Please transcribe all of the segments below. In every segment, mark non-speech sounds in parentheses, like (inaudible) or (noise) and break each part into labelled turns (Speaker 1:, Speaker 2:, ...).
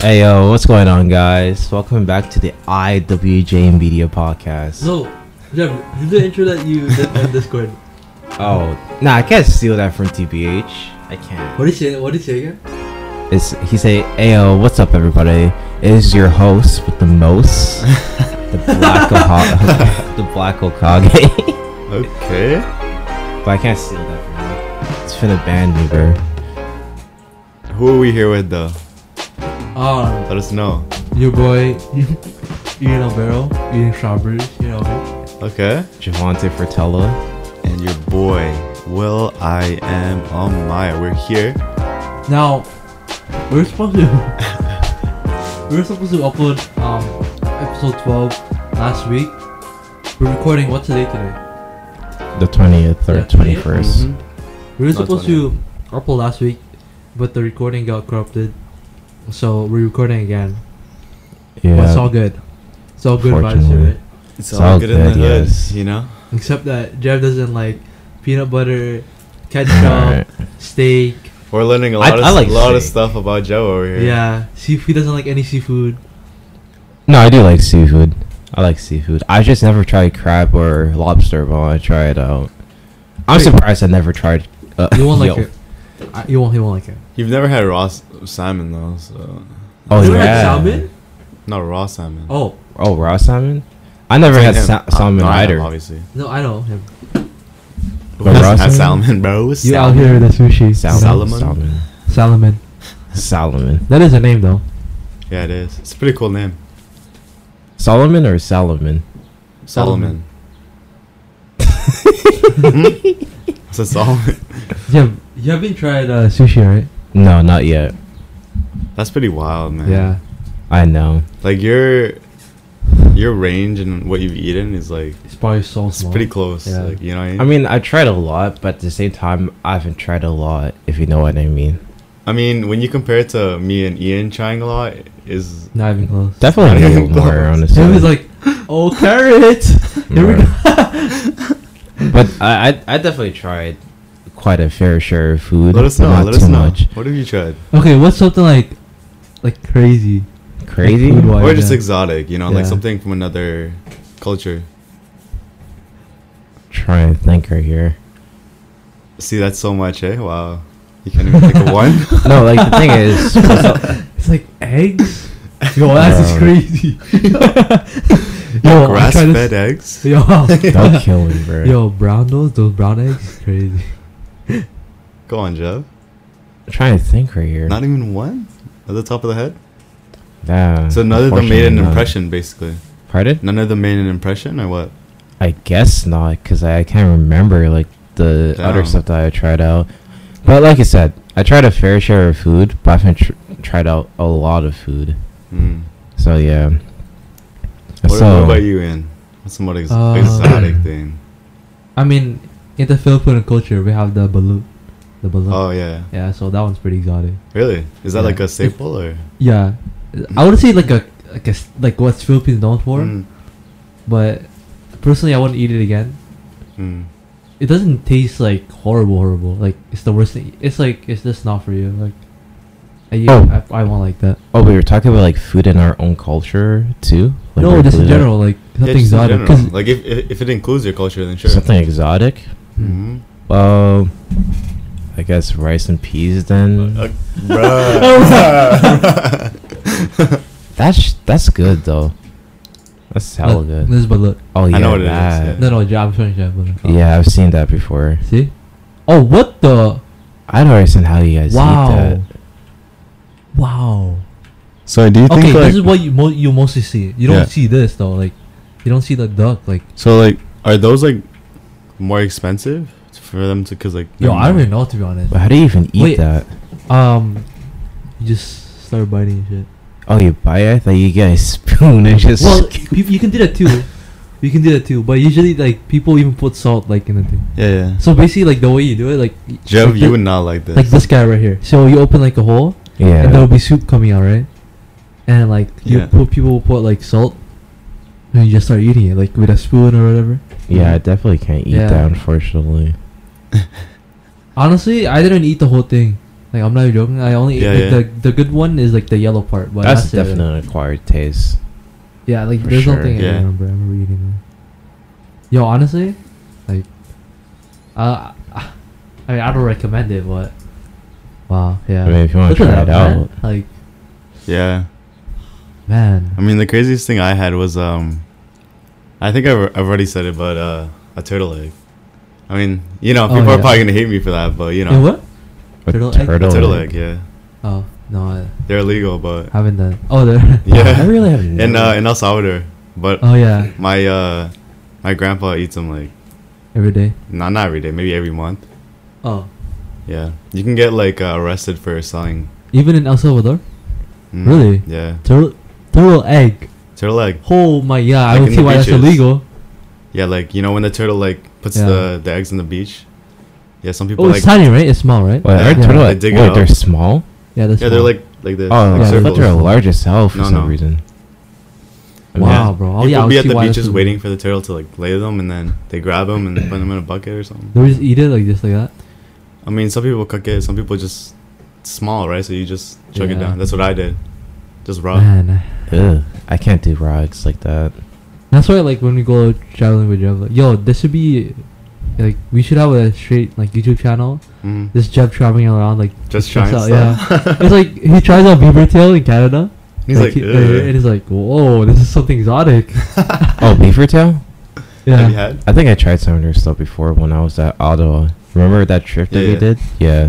Speaker 1: Hey yo, what's going on, guys? Welcome back to the IWJ Media Podcast.
Speaker 2: No, Jeff, this is the intro that you (laughs) did on Discord.
Speaker 1: Oh, nah, I can't steal that from TBH. I can't.
Speaker 2: What did you say? What did you say again?
Speaker 1: It's he say, "Hey yo, what's up, everybody? It is your host with the
Speaker 2: (laughs)
Speaker 1: most, the black Oha- (laughs) the black Okage." (laughs)
Speaker 3: Okay.
Speaker 1: but I can't steal that from him. It's finna ban me, bro.
Speaker 3: Who are we here with though?
Speaker 2: Um,
Speaker 3: Let us know.
Speaker 2: your boy (laughs) eating a barrel, eating strawberries. You know, okay?
Speaker 3: Okay.
Speaker 1: Javante Fratello.
Speaker 3: And your boy, Will I am on my. We're here.
Speaker 2: now we're supposed to (laughs) we're supposed to upload um episode twelve last week. We're recording. What's the day today?
Speaker 1: The twentieth or
Speaker 2: Yeah,
Speaker 1: twenty
Speaker 2: 20th.
Speaker 1: first.
Speaker 3: Mm-hmm.
Speaker 2: We were
Speaker 3: Not
Speaker 2: supposed to upload last week, but the recording got corrupted, so we're recording again. But Mm-hmm. it's all
Speaker 1: Yeah.
Speaker 2: good. It's all good vibes here,
Speaker 1: Fortunately.
Speaker 2: right?
Speaker 3: It's
Speaker 1: all Sounds good in the good, hood, yes.
Speaker 3: you know?
Speaker 2: Except that Jeff doesn't like peanut butter, ketchup,
Speaker 1: Alright.
Speaker 2: steak.
Speaker 3: We're learning a
Speaker 1: I-
Speaker 3: lot, of,
Speaker 1: I like
Speaker 3: lot of
Speaker 1: steak.
Speaker 3: stuff about Joe over here.
Speaker 2: Yeah, seafood doesn't like any seafood.
Speaker 1: No, I do like seafood. I like seafood. I just never tried crab or lobster, but I want to try it out. I'm
Speaker 2: Wait.
Speaker 1: surprised I never tried. Uh,
Speaker 2: You won't like
Speaker 1: yo.
Speaker 2: it. I, you won't. He won't like it.
Speaker 3: You've never had raw s- salmon though, so.
Speaker 1: Oh
Speaker 2: you don't
Speaker 1: yeah.
Speaker 2: Like salmon?
Speaker 3: Not raw salmon.
Speaker 2: Oh
Speaker 1: Oh raw salmon. I never
Speaker 3: It's
Speaker 1: had
Speaker 3: like him.
Speaker 1: sa-
Speaker 3: Uh,
Speaker 1: salmon
Speaker 3: not him,
Speaker 1: either.
Speaker 3: obviously.
Speaker 2: no, I know him.
Speaker 3: Who
Speaker 1: But raw
Speaker 3: (laughs) hasn't had
Speaker 1: salmon?
Speaker 3: salmon, bro.
Speaker 2: You
Speaker 3: Salmon.
Speaker 2: out here with the sushi?
Speaker 3: Salmon?
Speaker 1: Salmon.
Speaker 2: Salmon.
Speaker 1: Salmon.
Speaker 2: That is a name though.
Speaker 3: Yeah, it is. It's a pretty cool name.
Speaker 1: Solomon or Salomon?
Speaker 3: Solomon. (laughs)
Speaker 2: Solomon.
Speaker 3: I
Speaker 1: (laughs)
Speaker 3: said Solomon.
Speaker 2: Jeff, you haven't tried uh, sushi, right?
Speaker 1: No, not yet.
Speaker 3: That's pretty wild, man.
Speaker 2: Yeah.
Speaker 1: I know.
Speaker 3: Like your your range and what you've eaten is like
Speaker 2: It's probably so
Speaker 3: it's
Speaker 2: small.
Speaker 3: pretty close.
Speaker 2: Yeah.
Speaker 3: Like you know, what I mean?
Speaker 1: I mean, I tried a lot, but at the same time, I haven't tried a lot. If you know what I mean.
Speaker 3: I mean, when you compare it to me and Ian trying a lot, is
Speaker 2: Not even close.
Speaker 1: Definitely a little
Speaker 2: (laughs)
Speaker 3: Close.
Speaker 1: more, honestly.
Speaker 2: Him is like, (gasps) oh carrot. Here we go.
Speaker 1: (laughs) but I, I, I definitely tried quite a fair share of food.
Speaker 3: let us
Speaker 1: but
Speaker 3: know.
Speaker 1: not
Speaker 3: Let us
Speaker 1: too
Speaker 3: know.
Speaker 1: much.
Speaker 3: What have you tried?
Speaker 2: Okay, what's something like, like crazy?
Speaker 1: Crazy.
Speaker 2: Like food-wise. Oh,
Speaker 3: or just
Speaker 2: yeah.
Speaker 3: exotic, you know, like
Speaker 2: Yeah.
Speaker 3: something from another culture.
Speaker 1: Trying to think right here.
Speaker 3: See, that's so much, eh? Wow, you can't even pick a one.
Speaker 1: No, like the thing
Speaker 3: (laughs)
Speaker 1: is, what's
Speaker 2: It's like eggs. Yo, that's
Speaker 1: Bro.
Speaker 3: (laughs)
Speaker 2: crazy. yo,
Speaker 3: Grass
Speaker 2: I tried
Speaker 3: fed
Speaker 2: this-
Speaker 3: eggs. (laughs)
Speaker 2: Yo,
Speaker 1: up- don't kill me, bro.
Speaker 2: yo, brown those those brown eggs is crazy.
Speaker 3: Go on, Jeff.
Speaker 1: trying to think right here.
Speaker 3: Not even one at the top of the head.
Speaker 1: yeah,
Speaker 3: So none of them made an
Speaker 1: Uh, unfortunately not.
Speaker 3: impression, basically.
Speaker 1: Pardon?
Speaker 3: None of them made an impression, or what?
Speaker 1: I guess not, because I, I can't remember like the other
Speaker 3: Damn.
Speaker 1: stuff that I tried out. But like I said, I tried a fair share of food, but I haven't tr- tried out a lot of food.
Speaker 3: Hmm.
Speaker 1: So yeah.
Speaker 3: What, what
Speaker 1: so
Speaker 3: about you, Ian? What's some ex-
Speaker 2: Uh, (clears throat)
Speaker 3: exotic thing?
Speaker 2: I mean, in the Filipino culture, we have the balut, the balut.
Speaker 3: Oh yeah,
Speaker 2: Yeah, so that one's pretty exotic.
Speaker 3: really? Is that
Speaker 2: Yeah.
Speaker 3: like a staple or?
Speaker 2: Yeah, I would say like a like a s- like what's Philippines known for,
Speaker 3: Mm,
Speaker 2: but personally, I wouldn't eat it again.
Speaker 3: mm.
Speaker 2: It doesn't taste like horrible, horrible. Like it's the worst thing. It's like it's just not for you. Like, I,
Speaker 1: Oh.
Speaker 2: I, I won't like that.
Speaker 1: Oh, we were talking about like food in our own culture too. Like,
Speaker 2: no,
Speaker 1: we're
Speaker 2: just in
Speaker 1: included-
Speaker 2: general, like
Speaker 3: Yeah,
Speaker 2: something
Speaker 3: just in
Speaker 2: exotic.
Speaker 3: general.
Speaker 2: (laughs) 'cause-
Speaker 3: Like if, if if it includes your culture, then sure.
Speaker 1: Something exotic.
Speaker 2: Hmm. (laughs)
Speaker 3: Mhm.
Speaker 1: Um, I guess rice and peas. Then
Speaker 3: Uh,
Speaker 2: (laughs)
Speaker 3: bruh.
Speaker 1: that's that's good though. That's hella
Speaker 2: Look,
Speaker 1: good.
Speaker 2: This is balut.
Speaker 1: Oh yeah,
Speaker 3: I know what it is,
Speaker 1: that.
Speaker 2: No, no, job sorry, job.
Speaker 1: Yeah, I've seen that before.
Speaker 2: See? Oh, what the?
Speaker 1: I don't understand how you guys eat that.
Speaker 2: Wow. Wow.
Speaker 3: so do you
Speaker 2: Okay, this is what you mo- you mostly see. You don't
Speaker 3: Yeah.
Speaker 2: see this though. Like, you don't see the duck. Like,
Speaker 3: so like are those like more expensive for them to cause like
Speaker 2: yo,
Speaker 3: never
Speaker 2: I don't even
Speaker 3: mind.
Speaker 2: know to be honest.
Speaker 1: But how do you even eat
Speaker 2: Wait.
Speaker 1: that?
Speaker 2: Um, you just start biting and shit.
Speaker 1: Oh, you buy it? I thought you get a (laughs) spoon and just.
Speaker 2: Well, you, you can do that
Speaker 3: (laughs)
Speaker 2: too. You can do that too. But usually, like people even put salt like in the thing.
Speaker 3: yeah yeah
Speaker 2: So basically, like the way you do it, like y-
Speaker 3: Jeff
Speaker 2: like
Speaker 3: you
Speaker 2: thi-
Speaker 3: would not like this
Speaker 2: like this guy right here. So you open like a hole, and
Speaker 1: yeah.
Speaker 2: there'll be soup coming out, right? And like you
Speaker 3: Yeah.
Speaker 2: put people will put like salt, and you just start eating it like with a spoon or whatever.
Speaker 1: Yeah, I definitely can't eat
Speaker 2: Yeah.
Speaker 1: that. Unfortunately,
Speaker 2: Honestly, I didn't eat the whole thing. Like I'm not even joking. I only
Speaker 3: Yeah,
Speaker 2: like,
Speaker 3: yeah.
Speaker 2: The, the good one is like the yellow part, but
Speaker 1: That's
Speaker 2: that's, it.
Speaker 1: definitely an acquired taste.
Speaker 2: Yeah, like
Speaker 1: For
Speaker 2: there's
Speaker 1: sure.
Speaker 2: nothing
Speaker 3: Yeah.
Speaker 2: I remember. I remember eating. it. Yo, honestly, like, uh, I mean, I don't recommend it, but wow, yeah.
Speaker 1: I mean, if you want to
Speaker 2: Look at
Speaker 1: try it
Speaker 2: that, man.
Speaker 1: out,
Speaker 2: like
Speaker 3: Yeah. I
Speaker 2: man,
Speaker 3: mean, the craziest thing I had was um, I think I've, I've already said it, but uh, a turtle egg. I mean, you know,
Speaker 2: Oh,
Speaker 3: people are
Speaker 2: yeah.
Speaker 3: probably gonna hate me for that, but you know,
Speaker 2: And what?
Speaker 1: a
Speaker 2: Turtle
Speaker 1: turtle,
Speaker 2: egg?
Speaker 3: a turtle egg.
Speaker 1: egg.
Speaker 3: Yeah,
Speaker 2: Oh no, I
Speaker 3: they're illegal, but
Speaker 2: haven't done. Oh, there.
Speaker 1: I
Speaker 3: (laughs) yeah,
Speaker 1: really haven't.
Speaker 3: in uh, in El Salvador, but
Speaker 2: oh yeah,
Speaker 3: my uh, my grandpa eats them like
Speaker 2: every day.
Speaker 3: not not every day, maybe every month.
Speaker 2: Oh,
Speaker 3: Yeah, you can get like uh, arrested for selling.
Speaker 2: even in El Salvador,
Speaker 3: Mm,
Speaker 2: Really?
Speaker 3: Yeah,
Speaker 2: turtle, turtle egg.
Speaker 3: turtle egg.
Speaker 2: Oh my yeah, I
Speaker 3: Like
Speaker 2: don't
Speaker 3: in
Speaker 2: see
Speaker 3: the
Speaker 2: why that's
Speaker 3: beaches.
Speaker 2: illegal.
Speaker 3: Yeah, like you know when the turtle like puts
Speaker 2: Yeah.
Speaker 3: the the eggs in the beach. Yeah, some people
Speaker 2: oh,
Speaker 3: like
Speaker 2: it's tiny, right? It's small, right?
Speaker 1: Wait, are
Speaker 3: Yeah.
Speaker 1: turtle
Speaker 3: They
Speaker 1: egg-
Speaker 3: dig it
Speaker 1: Wait,
Speaker 3: up.
Speaker 1: they're small.
Speaker 2: Yeah, that's
Speaker 3: yeah, they're like like the
Speaker 1: Oh,
Speaker 3: like
Speaker 1: yeah, I thought
Speaker 3: circles.
Speaker 1: they're large as hell for
Speaker 3: No,
Speaker 1: some
Speaker 3: no.
Speaker 1: reason. I mean,
Speaker 2: Wow, bro. Oh,
Speaker 3: People
Speaker 2: yeah, I'll
Speaker 3: be at
Speaker 2: see
Speaker 3: the
Speaker 2: why
Speaker 3: beach
Speaker 2: that's
Speaker 3: just
Speaker 2: a-
Speaker 3: waiting for the turtle to like lay them, and then they grab them and put them in a bucket or something.
Speaker 2: They just eat it like this, like that.
Speaker 3: I mean, some people cook it, some people just it's small, right? So you just chug it
Speaker 2: Yeah.
Speaker 3: down. That's what I did, just raw.
Speaker 2: Man,
Speaker 1: Ugh, I can't do raw eggs like that.
Speaker 2: that's why like when we go traveling with Jeb, like, yo, this should be like we should have a straight like YouTube channel.
Speaker 3: Mm.
Speaker 2: This Jeb traveling around like
Speaker 3: Just
Speaker 2: checks out,
Speaker 3: trying stuff.
Speaker 2: yeah. it's like he tries out beaver tail in Canada.
Speaker 3: (laughs) He's like,
Speaker 2: he-
Speaker 3: "Ugh."
Speaker 2: and he's like, whoa, this is something
Speaker 1: (laughs)
Speaker 2: exotic.
Speaker 1: (laughs)
Speaker 2: (laughs)
Speaker 1: Oh, beaver tail?
Speaker 3: Have you
Speaker 2: yeah,
Speaker 3: had?
Speaker 1: I think I tried some of their stuff before when I was at Ottawa. Remember that trip that we
Speaker 3: Yeah, yeah.
Speaker 1: did? Yeah.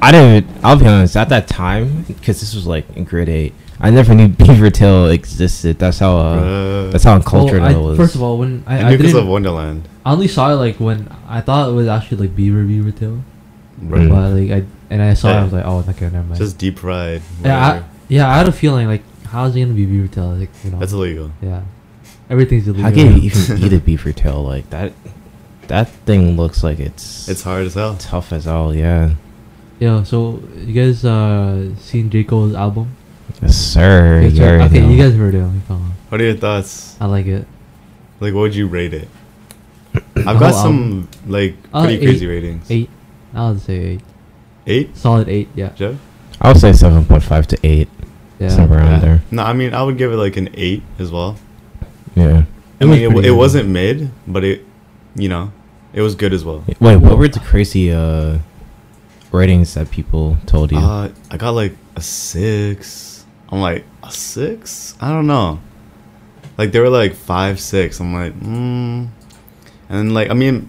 Speaker 1: I didn't. I'll be honest. At that time, because this was like in grade eight, I never knew (laughs) beaver tail existed. That's how. Uh,
Speaker 3: Bruh.
Speaker 1: that's how uncultured
Speaker 2: Well, I-
Speaker 1: I, was.
Speaker 2: First of all, when
Speaker 3: I,
Speaker 2: I, I
Speaker 3: knew because of
Speaker 2: didn't,
Speaker 3: Wonderland.
Speaker 2: I only saw it like when I thought it was actually like beaver beaver tail,
Speaker 1: Mm.
Speaker 3: Bruh.
Speaker 2: but like I and I saw it, I was like, oh, okay, never mind.
Speaker 3: Just deep fried.
Speaker 2: yeah, I,
Speaker 3: whatever.
Speaker 2: yeah, I had a feeling like, how's it gonna be beaver tail? Like, you know,
Speaker 3: that's illegal.
Speaker 2: yeah, everything's illegal.
Speaker 1: how can you even (laughs) eat a beaver tail like that? That thing looks like it's
Speaker 3: It's hard as hell.
Speaker 1: tough as all. Yeah.
Speaker 2: Yeah, so you guys uh seen J. Cole's album?
Speaker 1: Yes, sir.
Speaker 2: You guys
Speaker 1: You
Speaker 2: heard-
Speaker 1: already
Speaker 2: okay, you
Speaker 1: know.
Speaker 2: guys heard it. like, uh,
Speaker 3: What are your thoughts?
Speaker 2: I like it.
Speaker 3: Like, what would you rate it?
Speaker 2: whole
Speaker 3: I've got some like
Speaker 2: Uh,
Speaker 3: pretty
Speaker 2: eight.
Speaker 3: crazy ratings.
Speaker 2: Eight. I would say eight.
Speaker 3: Eight,
Speaker 2: Solid eight, yeah.
Speaker 3: Jeff?
Speaker 1: I would say seven point five to eight,
Speaker 2: Yeah.
Speaker 1: somewhere around
Speaker 3: Yeah.
Speaker 1: there.
Speaker 3: No, I mean I would give it like an eight as well.
Speaker 1: Yeah.
Speaker 3: I
Speaker 2: It was
Speaker 3: mean, it, w-
Speaker 2: pretty
Speaker 3: it
Speaker 2: good.
Speaker 3: wasn't mid, but it, you know, it was good as well.
Speaker 1: Wait, what were the crazy uh ratings that people told you?
Speaker 3: Uh, I got like a six. I'm like a six. I don't know. Like they were like five, six. I'm like, mm. and then like I mean,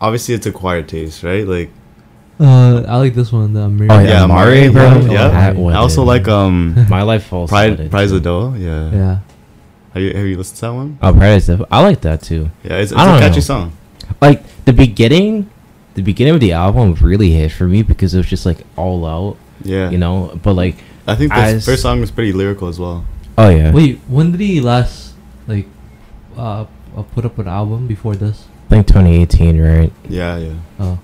Speaker 3: obviously it's acquired taste, right? Like
Speaker 2: Uh, I like this one, the Amir.
Speaker 1: oh yeah,
Speaker 3: yeah,
Speaker 1: Amari,
Speaker 3: Amari,
Speaker 1: bro.
Speaker 3: yeah,
Speaker 1: That
Speaker 3: yeah.
Speaker 2: I
Speaker 1: was
Speaker 3: I also
Speaker 1: it.
Speaker 3: like
Speaker 1: (laughs)
Speaker 3: um
Speaker 1: my life falls.
Speaker 3: Pride Prize of Dole. Yeah.
Speaker 2: Yeah.
Speaker 3: Have you have you listened to that one?
Speaker 1: Oh, Pride is. I like that too.
Speaker 3: Yeah, it's, it's a
Speaker 1: I don't
Speaker 3: catchy
Speaker 1: know.
Speaker 3: song.
Speaker 1: Like the beginning, the beginning of the album really hit for me because it was just like all out,
Speaker 3: Yeah.
Speaker 1: you know. But like,
Speaker 3: I think the
Speaker 1: As-
Speaker 3: first song was pretty lyrical as well.
Speaker 1: oh yeah,
Speaker 2: Wait, when did he last like uh uh, put up an album before this?
Speaker 1: I think 2018, right?
Speaker 3: Yeah, yeah.
Speaker 2: Oh.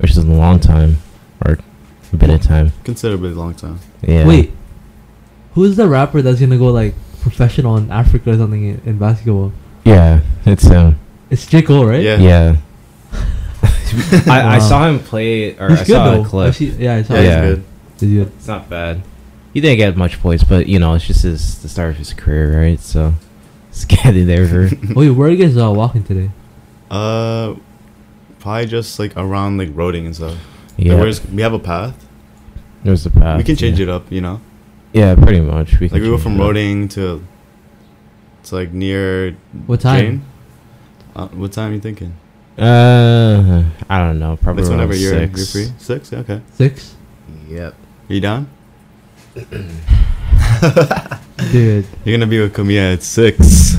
Speaker 1: Which is a long time, or a bit of time.
Speaker 3: Considerably long time.
Speaker 1: Yeah.
Speaker 2: Wait. Who is the rapper that's gonna go like professional in Africa or something in, in basketball?
Speaker 1: Yeah, it's um.
Speaker 2: It's J. Cole, right?
Speaker 3: Yeah.
Speaker 1: Yeah. I, I
Speaker 3: (laughs)
Speaker 2: Wow.
Speaker 1: saw him play, or
Speaker 2: He's
Speaker 1: I
Speaker 2: good
Speaker 1: saw
Speaker 2: though.
Speaker 1: a
Speaker 2: I
Speaker 1: clip.
Speaker 2: see- yeah, I saw
Speaker 3: Yeah,
Speaker 2: it.
Speaker 1: Yeah.
Speaker 3: it's good.
Speaker 2: He's good.
Speaker 1: It's not bad. He didn't get much voice, but you know, it's just his the start of his career, right? So it's (laughs) getting there
Speaker 3: (laughs)
Speaker 1: for
Speaker 2: Wait, where are you guys uh, walking today?
Speaker 3: Uh, probably just like around like roading and stuff.
Speaker 1: yeah.
Speaker 3: Like, we're just- we have a path.
Speaker 1: There's the path.
Speaker 3: we can change
Speaker 1: yeah.
Speaker 3: it up, you know.
Speaker 1: Yeah, pretty much. We
Speaker 3: Like we go
Speaker 1: change it
Speaker 3: from
Speaker 1: up.
Speaker 3: roading to it's like near
Speaker 2: What time?
Speaker 3: Jane. Uh, what time are you thinking?
Speaker 1: Uh, I don't know. Probably
Speaker 3: It's
Speaker 1: around
Speaker 3: whenever you're, you're
Speaker 1: six.
Speaker 3: free. Six? Okay. Are
Speaker 2: (laughs) Six?
Speaker 1: Yep.
Speaker 3: you down?
Speaker 2: Dude.
Speaker 3: You're gonna be with Camilla at six.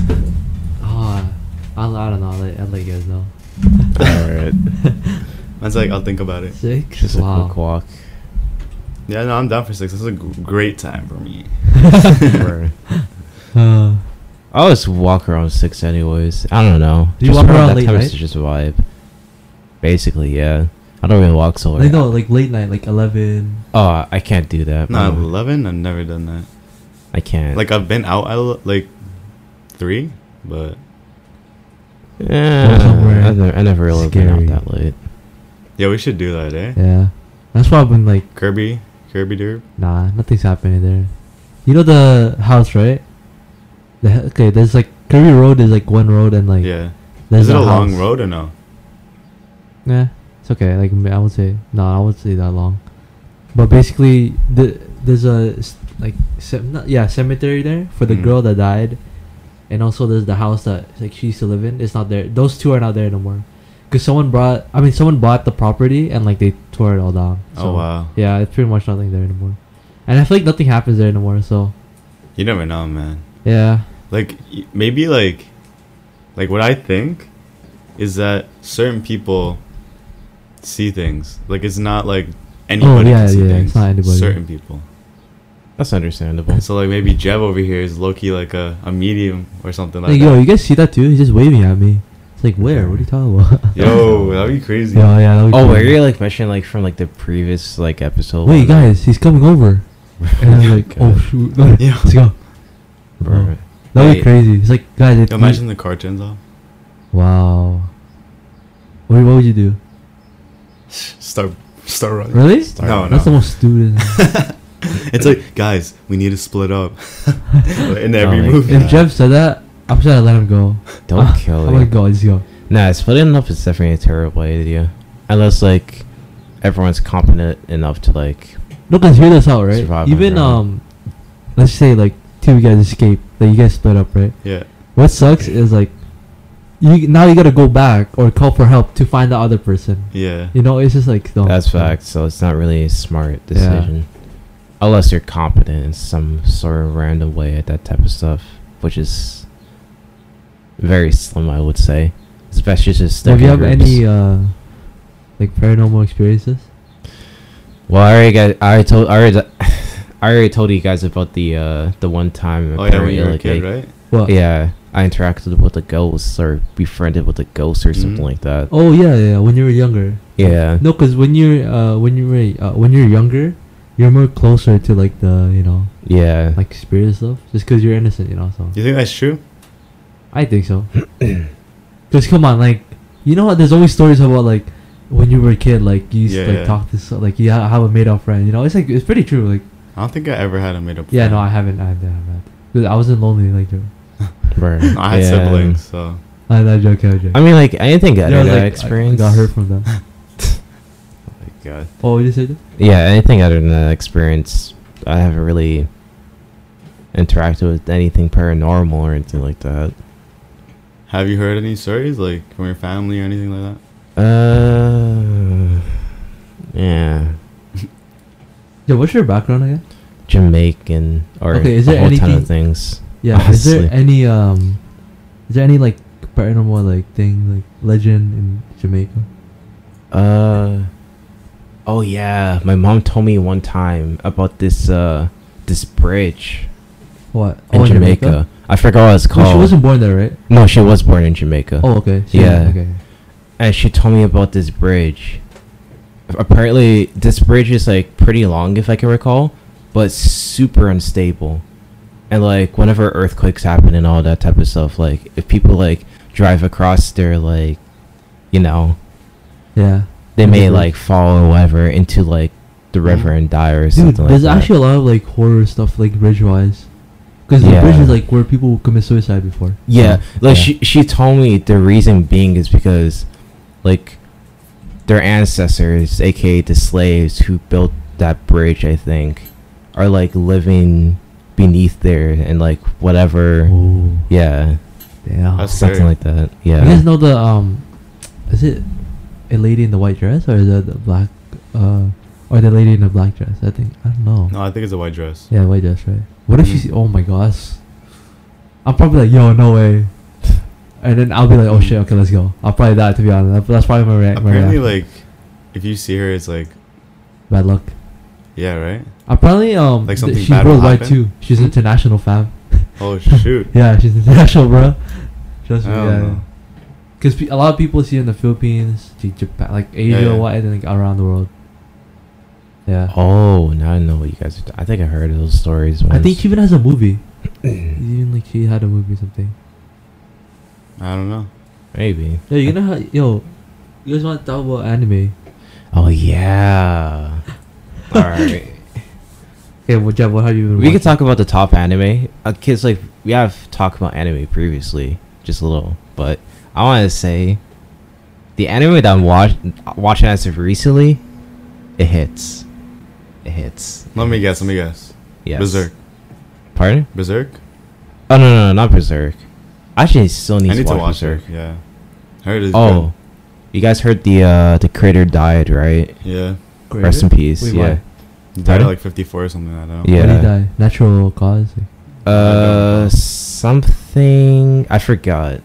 Speaker 2: Oh, I, I don't know. I'll let, I'll let you guys know.
Speaker 1: All right.
Speaker 3: That's like I'll think about it.
Speaker 2: Six?
Speaker 1: Just a quick
Speaker 2: wow.
Speaker 1: walk. (laughs)
Speaker 3: Yeah, no, I'm down for six. This is a g- great time for me.
Speaker 1: Or-
Speaker 2: Uh,
Speaker 1: I always walk around six, anyways. I don't know.
Speaker 2: Do you
Speaker 1: Just
Speaker 2: walk around
Speaker 1: that
Speaker 2: late
Speaker 1: time,
Speaker 2: night?
Speaker 1: It's just a vibe. Basically, yeah. I don't even walk so
Speaker 2: like,
Speaker 1: late.
Speaker 2: no, like late night, like 11.
Speaker 1: Oh, I can't do that.
Speaker 3: No,
Speaker 1: bro.
Speaker 3: eleven. I've never done that.
Speaker 1: I can't.
Speaker 3: Like I've been out at l- like three, but
Speaker 1: Yeah,
Speaker 2: somewhere
Speaker 1: Eh, I, never, I never really been out
Speaker 2: scary.
Speaker 1: that late.
Speaker 3: yeah, we should do that, eh?
Speaker 2: Yeah. That's why I've been like,
Speaker 3: Kirby, Kirby Derb.
Speaker 2: nah, nothing's happening there. You know the house, right? The, he- okay, there's like Kirby Road is like one road and like
Speaker 3: Yeah.
Speaker 2: there's
Speaker 3: Is it a
Speaker 2: house.
Speaker 3: long road or no?
Speaker 2: Yeah, it's okay. Like m- I would say, no, I would say that long. But basically, the, there's a s- like cem- not, yeah cemetery there for the
Speaker 3: Mm.
Speaker 2: girl that died, and also there's the house that like she used to live in. It's not there. Those two are not there no more, because someone brought. I mean, someone bought the property and like they tore it all down.
Speaker 3: oh wow.
Speaker 2: Yeah, it's pretty much nothing there anymore, and I feel like nothing happens there anymore. So
Speaker 3: You never know, man.
Speaker 2: yeah,
Speaker 3: Like y- maybe like, like what I think, is that certain people see things. Like it's not like anybody
Speaker 2: yeah,
Speaker 3: can see
Speaker 2: yeah, it's
Speaker 3: things.
Speaker 2: not anybody.
Speaker 3: Certain people.
Speaker 1: That's understandable.
Speaker 3: So like maybe Jeb over here is Loki like a, a medium or something like
Speaker 2: like yo, you guys see that too? He's just waving at me. It's like where? What are you talking about?
Speaker 3: that. (laughs) Yo, that'd be crazy.
Speaker 2: yeah, yeah. that would
Speaker 1: Oh, were
Speaker 2: be-
Speaker 1: you like mentioning like from like the previous like episode?
Speaker 2: Wait,
Speaker 1: on, (laughs)
Speaker 2: guys, he's coming
Speaker 3: (laughs)
Speaker 2: over. And I'm like,
Speaker 1: God.
Speaker 2: oh shoot, (laughs) no,
Speaker 3: Yeah.
Speaker 2: let's go.
Speaker 1: like, bro,
Speaker 2: That would be
Speaker 3: Wait.
Speaker 2: crazy. It's like, guys, it,
Speaker 3: Yo, imagine the car turns off. (laughs)
Speaker 2: Wow. What, what would you do?
Speaker 3: Start start running.
Speaker 2: Really?
Speaker 1: Start-
Speaker 3: Oh, No, no.
Speaker 2: That's the most stupid.
Speaker 3: (laughs) It's like guys, we need to split up. In every
Speaker 1: Oh my
Speaker 3: movie.
Speaker 1: Yeah.
Speaker 2: if Jeff said that, I'm just gonna let him go.
Speaker 1: don't
Speaker 2: Ah,
Speaker 1: kill
Speaker 2: I'm
Speaker 1: it.
Speaker 2: like, go, let's go.
Speaker 1: Nah, splitting up is definitely a terrible idea, unless like everyone's competent enough to like.
Speaker 2: No, guys, hear this out, right?
Speaker 1: Survive on
Speaker 2: Even
Speaker 1: your own.
Speaker 2: um, let's say like two of you guys escape, that you guys split up, right?
Speaker 3: Yeah.
Speaker 2: What sucks is like, you now you gotta go back or call for help to find the other person.
Speaker 3: Yeah.
Speaker 2: You know, it's just like no.
Speaker 1: That's fact. So it's not really a smart
Speaker 2: Oh. Yeah.
Speaker 1: decision, unless you're competent in some sort of random way at that type of stuff, which is very slim, I would say. Especially just
Speaker 2: Have you have
Speaker 1: sticking groups.
Speaker 2: any uh, like paranormal experiences?
Speaker 1: Well, I already got. I already told. I already, (laughs) I already told you guys about the uh the one time.
Speaker 3: Oh yeah, when
Speaker 1: apparently,
Speaker 3: you were a
Speaker 1: like,
Speaker 3: kid,
Speaker 1: I-
Speaker 3: right?
Speaker 2: Well,
Speaker 1: Yeah, I interacted with a ghost or befriended with a ghost or something
Speaker 3: Mhm.
Speaker 1: like that.
Speaker 2: Oh yeah, yeah. When you were younger.
Speaker 1: Yeah.
Speaker 2: No, because when you're uh, when you were uh, when you're younger, you're more closer to like the you know
Speaker 1: Yeah.
Speaker 2: like spirit and stuff. Just because you're innocent, you know. So
Speaker 3: You think that's true?
Speaker 2: I think so. (clears throat) Cause come on, like you know what? There's always stories about like when you were a kid, like you used
Speaker 3: Yeah,
Speaker 2: to like
Speaker 3: yeah.
Speaker 2: talk to so, like you ha- have a made up friend. You know, it's like it's pretty true. Like
Speaker 3: I don't think I ever had a made up.
Speaker 2: yeah, no,
Speaker 3: friend.
Speaker 2: I haven't. I haven't. I, haven't. 'Cause I wasn't lonely like you.
Speaker 1: Bro.
Speaker 3: No, (laughs) I had
Speaker 1: Yeah.
Speaker 3: siblings, so
Speaker 2: I that joke. I joke.
Speaker 1: I mean, like anything out
Speaker 2: Yeah,
Speaker 1: of
Speaker 2: like,
Speaker 1: that
Speaker 2: I-
Speaker 1: experience.
Speaker 2: I got hurt from
Speaker 1: (laughs)
Speaker 2: them.
Speaker 3: oh my god.
Speaker 2: Oh, you said that?
Speaker 1: Yeah, anything other than that experience, I haven't really interacted with anything paranormal or anything like that.
Speaker 3: Have you heard any stories like from your family or anything like that?
Speaker 1: Uh, yeah,
Speaker 2: Yeah, what's your background again?
Speaker 1: Jamaican or
Speaker 2: Okay, is
Speaker 1: a
Speaker 2: there
Speaker 1: whole ton
Speaker 2: anything-
Speaker 1: of things.
Speaker 2: Yeah. Is there
Speaker 1: Honestly.
Speaker 2: any um, is there any like paranormal like thing like legend in Jamaica?
Speaker 1: Uh, oh yeah, my mom told me one time about this uh this bridge
Speaker 2: What?
Speaker 1: in, Jamaica? I forgot what it's
Speaker 2: Oh, No,
Speaker 1: called.
Speaker 2: she wasn't born there, right?
Speaker 1: no, she was born in Jamaica.
Speaker 2: Oh, okay. She-
Speaker 1: Yeah.
Speaker 2: Okay.
Speaker 1: and she told me about this bridge. Apparently, this bridge is like pretty long, if I can recall, but super unstable. And like, whenever earthquakes happen and all that type of stuff, like if people like drive across their like, you know,
Speaker 2: Yeah.
Speaker 1: they
Speaker 2: Into
Speaker 1: may
Speaker 2: the-
Speaker 1: like fall or whatever into like the river and die or
Speaker 2: Mm-hmm. Dude,
Speaker 1: something like
Speaker 2: there's
Speaker 1: that.
Speaker 2: actually a lot of like horror stuff like bridge wise, because the
Speaker 1: Yeah.
Speaker 2: bridge is like where people commit suicide before.
Speaker 1: Yeah, like
Speaker 2: Yeah.
Speaker 1: she she told me the reason being is because, like, their ancestors, aka the slaves who built that bridge, I think, are like living beneath there and like whatever.
Speaker 2: Oh.
Speaker 1: Yeah,
Speaker 2: Damn.
Speaker 3: That's-
Speaker 1: something
Speaker 3: Scary.
Speaker 1: like that.
Speaker 2: You
Speaker 1: Yeah,
Speaker 2: guys know the um, is it a lady in the white dress or is it the black uh, or the lady in the black dress? I think I don't know.
Speaker 3: No, I think it's a white dress.
Speaker 2: Yeah, white dress, right? What
Speaker 1: Mm.
Speaker 2: if she?
Speaker 3: Mhm.
Speaker 2: See, oh my gosh, I'm probably like, yo, no way. And then I'll be like, oh
Speaker 1: Mm.
Speaker 2: shit, okay, let's go. I'll probably die to be honest. That- That's probably my rea- my
Speaker 3: Apparently,
Speaker 2: reaction.
Speaker 3: like if you see her, it's like
Speaker 2: bad luck.
Speaker 3: yeah, right.
Speaker 2: Apparently, um,
Speaker 3: Like
Speaker 2: th-
Speaker 3: something
Speaker 2: she's
Speaker 3: bad will
Speaker 2: worldwide
Speaker 3: happen?
Speaker 2: too. She's
Speaker 1: Hmm?
Speaker 2: international, fam. (laughs)
Speaker 3: Oh shoot.
Speaker 2: Yeah, she's international, bro. Trust
Speaker 3: I
Speaker 2: me,
Speaker 3: don't
Speaker 2: yeah.
Speaker 3: know.
Speaker 2: Because pe- a lot of people see her in the Philippines, to Japan, like Asia,
Speaker 3: yeah.
Speaker 2: wide, and like around the world. Yeah,
Speaker 1: Oh, now I know what you guys. Are t- I think I heard those stories.
Speaker 2: I
Speaker 1: once.
Speaker 2: think she even has a movie.
Speaker 1: Hmm.
Speaker 2: even like she had a movie or something.
Speaker 3: I don't know.
Speaker 1: (clears throat) maybe.
Speaker 2: Yo, you know how yo, you guys want to talk about anime?
Speaker 1: (laughs) Oh yeah, All right.
Speaker 2: Okay, well, Jeff, what have you been
Speaker 1: We
Speaker 2: watching?
Speaker 1: could talk about the top anime. Uh, Cause like we have talked about anime previously, just a little. But I want to say, the anime that I'm watch- watching as of recently, it hits. It hits.
Speaker 3: Let me guess. Let me guess.
Speaker 1: Yes.
Speaker 3: Berserk.
Speaker 1: Pardon?
Speaker 3: Berserk.
Speaker 1: Oh no no no not Berserk. Actually, I still need,
Speaker 3: I need to watch
Speaker 1: Berserk.
Speaker 3: Berserk. Yeah. Heard it's
Speaker 1: Oh, you guys heard the uh the creator died, right?
Speaker 3: good. Yeah.
Speaker 2: Great.
Speaker 1: Rest in peace.
Speaker 2: Wait,
Speaker 1: yeah.
Speaker 3: He died
Speaker 1: Pardon?
Speaker 3: at like 54 or something. I don't know.
Speaker 1: Yeah.
Speaker 2: Why did he die? Natural cause.
Speaker 1: Uh, something I forgot.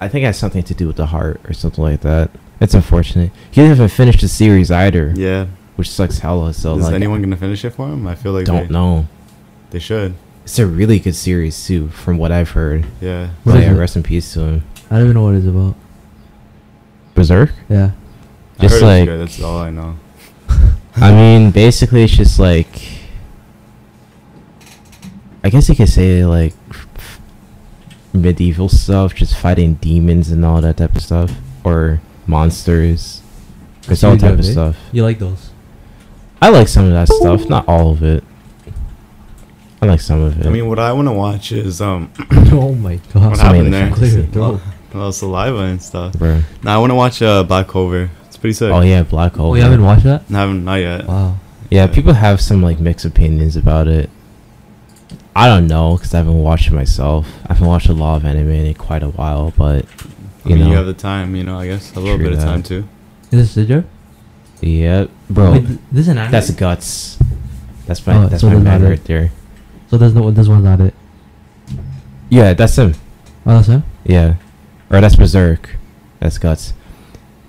Speaker 1: I think it has something to do with the heart or something like that. It's unfortunate. He didn't even finish the series either,
Speaker 3: Yeah.
Speaker 1: which sucks hella. So
Speaker 3: Is
Speaker 1: like,
Speaker 3: anyone gonna finish it for him? I feel like
Speaker 1: don't
Speaker 3: they,
Speaker 1: know.
Speaker 3: they should.
Speaker 1: It's a really good series too, from what I've heard.
Speaker 3: Yeah.
Speaker 1: So
Speaker 2: What is
Speaker 1: yeah,
Speaker 2: it?
Speaker 1: rest in peace to him.
Speaker 2: I don't even know what it's about.
Speaker 1: Berserk.
Speaker 2: Yeah.
Speaker 3: I
Speaker 1: Just
Speaker 3: heard it's
Speaker 1: like-
Speaker 3: good, that's all I know.
Speaker 1: I mean, basically, it's just like. I guess you could say like medieval stuff, just fighting demons and all that type of stuff, or monsters. It's all
Speaker 2: Pretty
Speaker 1: type
Speaker 2: good,
Speaker 1: of
Speaker 2: eh?
Speaker 1: stuff.
Speaker 2: You like
Speaker 1: (coughs)
Speaker 2: those?
Speaker 1: I like some of that stuff, not all of it. I like some of it.
Speaker 3: I mean, what I want to watch is um, (clears throat)
Speaker 2: oh my god.
Speaker 3: What
Speaker 1: so many
Speaker 3: happened there?
Speaker 1: different
Speaker 2: Clear your
Speaker 1: things.
Speaker 2: throat.
Speaker 3: well, saliva and stuff.
Speaker 1: Bro.
Speaker 3: No, I want to watch uh, Black Clover. It's pretty sick.
Speaker 1: Oh yeah, black hole.
Speaker 2: Oh, you haven't
Speaker 1: man.
Speaker 2: watched that?
Speaker 3: No, I haven't, not yet.
Speaker 2: Wow.
Speaker 1: Yeah, people have some like mixed opinions about it. I don't know because I haven't watched it myself. I haven't watched a lot of anime in quite a while, but
Speaker 3: I
Speaker 1: you
Speaker 3: mean,
Speaker 1: know,
Speaker 3: you have the time, you know. I guess a little
Speaker 1: True
Speaker 3: bit of
Speaker 1: that.
Speaker 3: time too.
Speaker 2: Is this Sidra?
Speaker 1: yeah, bro.
Speaker 2: Wait, th- this is an anime?
Speaker 1: That's guts. That's my
Speaker 2: Oh,
Speaker 1: that's
Speaker 2: so
Speaker 1: my
Speaker 2: they're not
Speaker 1: man
Speaker 2: it.
Speaker 1: right there.
Speaker 2: So there's no this one's not it.
Speaker 1: Yeah, that's him.
Speaker 2: Oh, that's him?
Speaker 1: Yeah, or that's berserk. That's guts.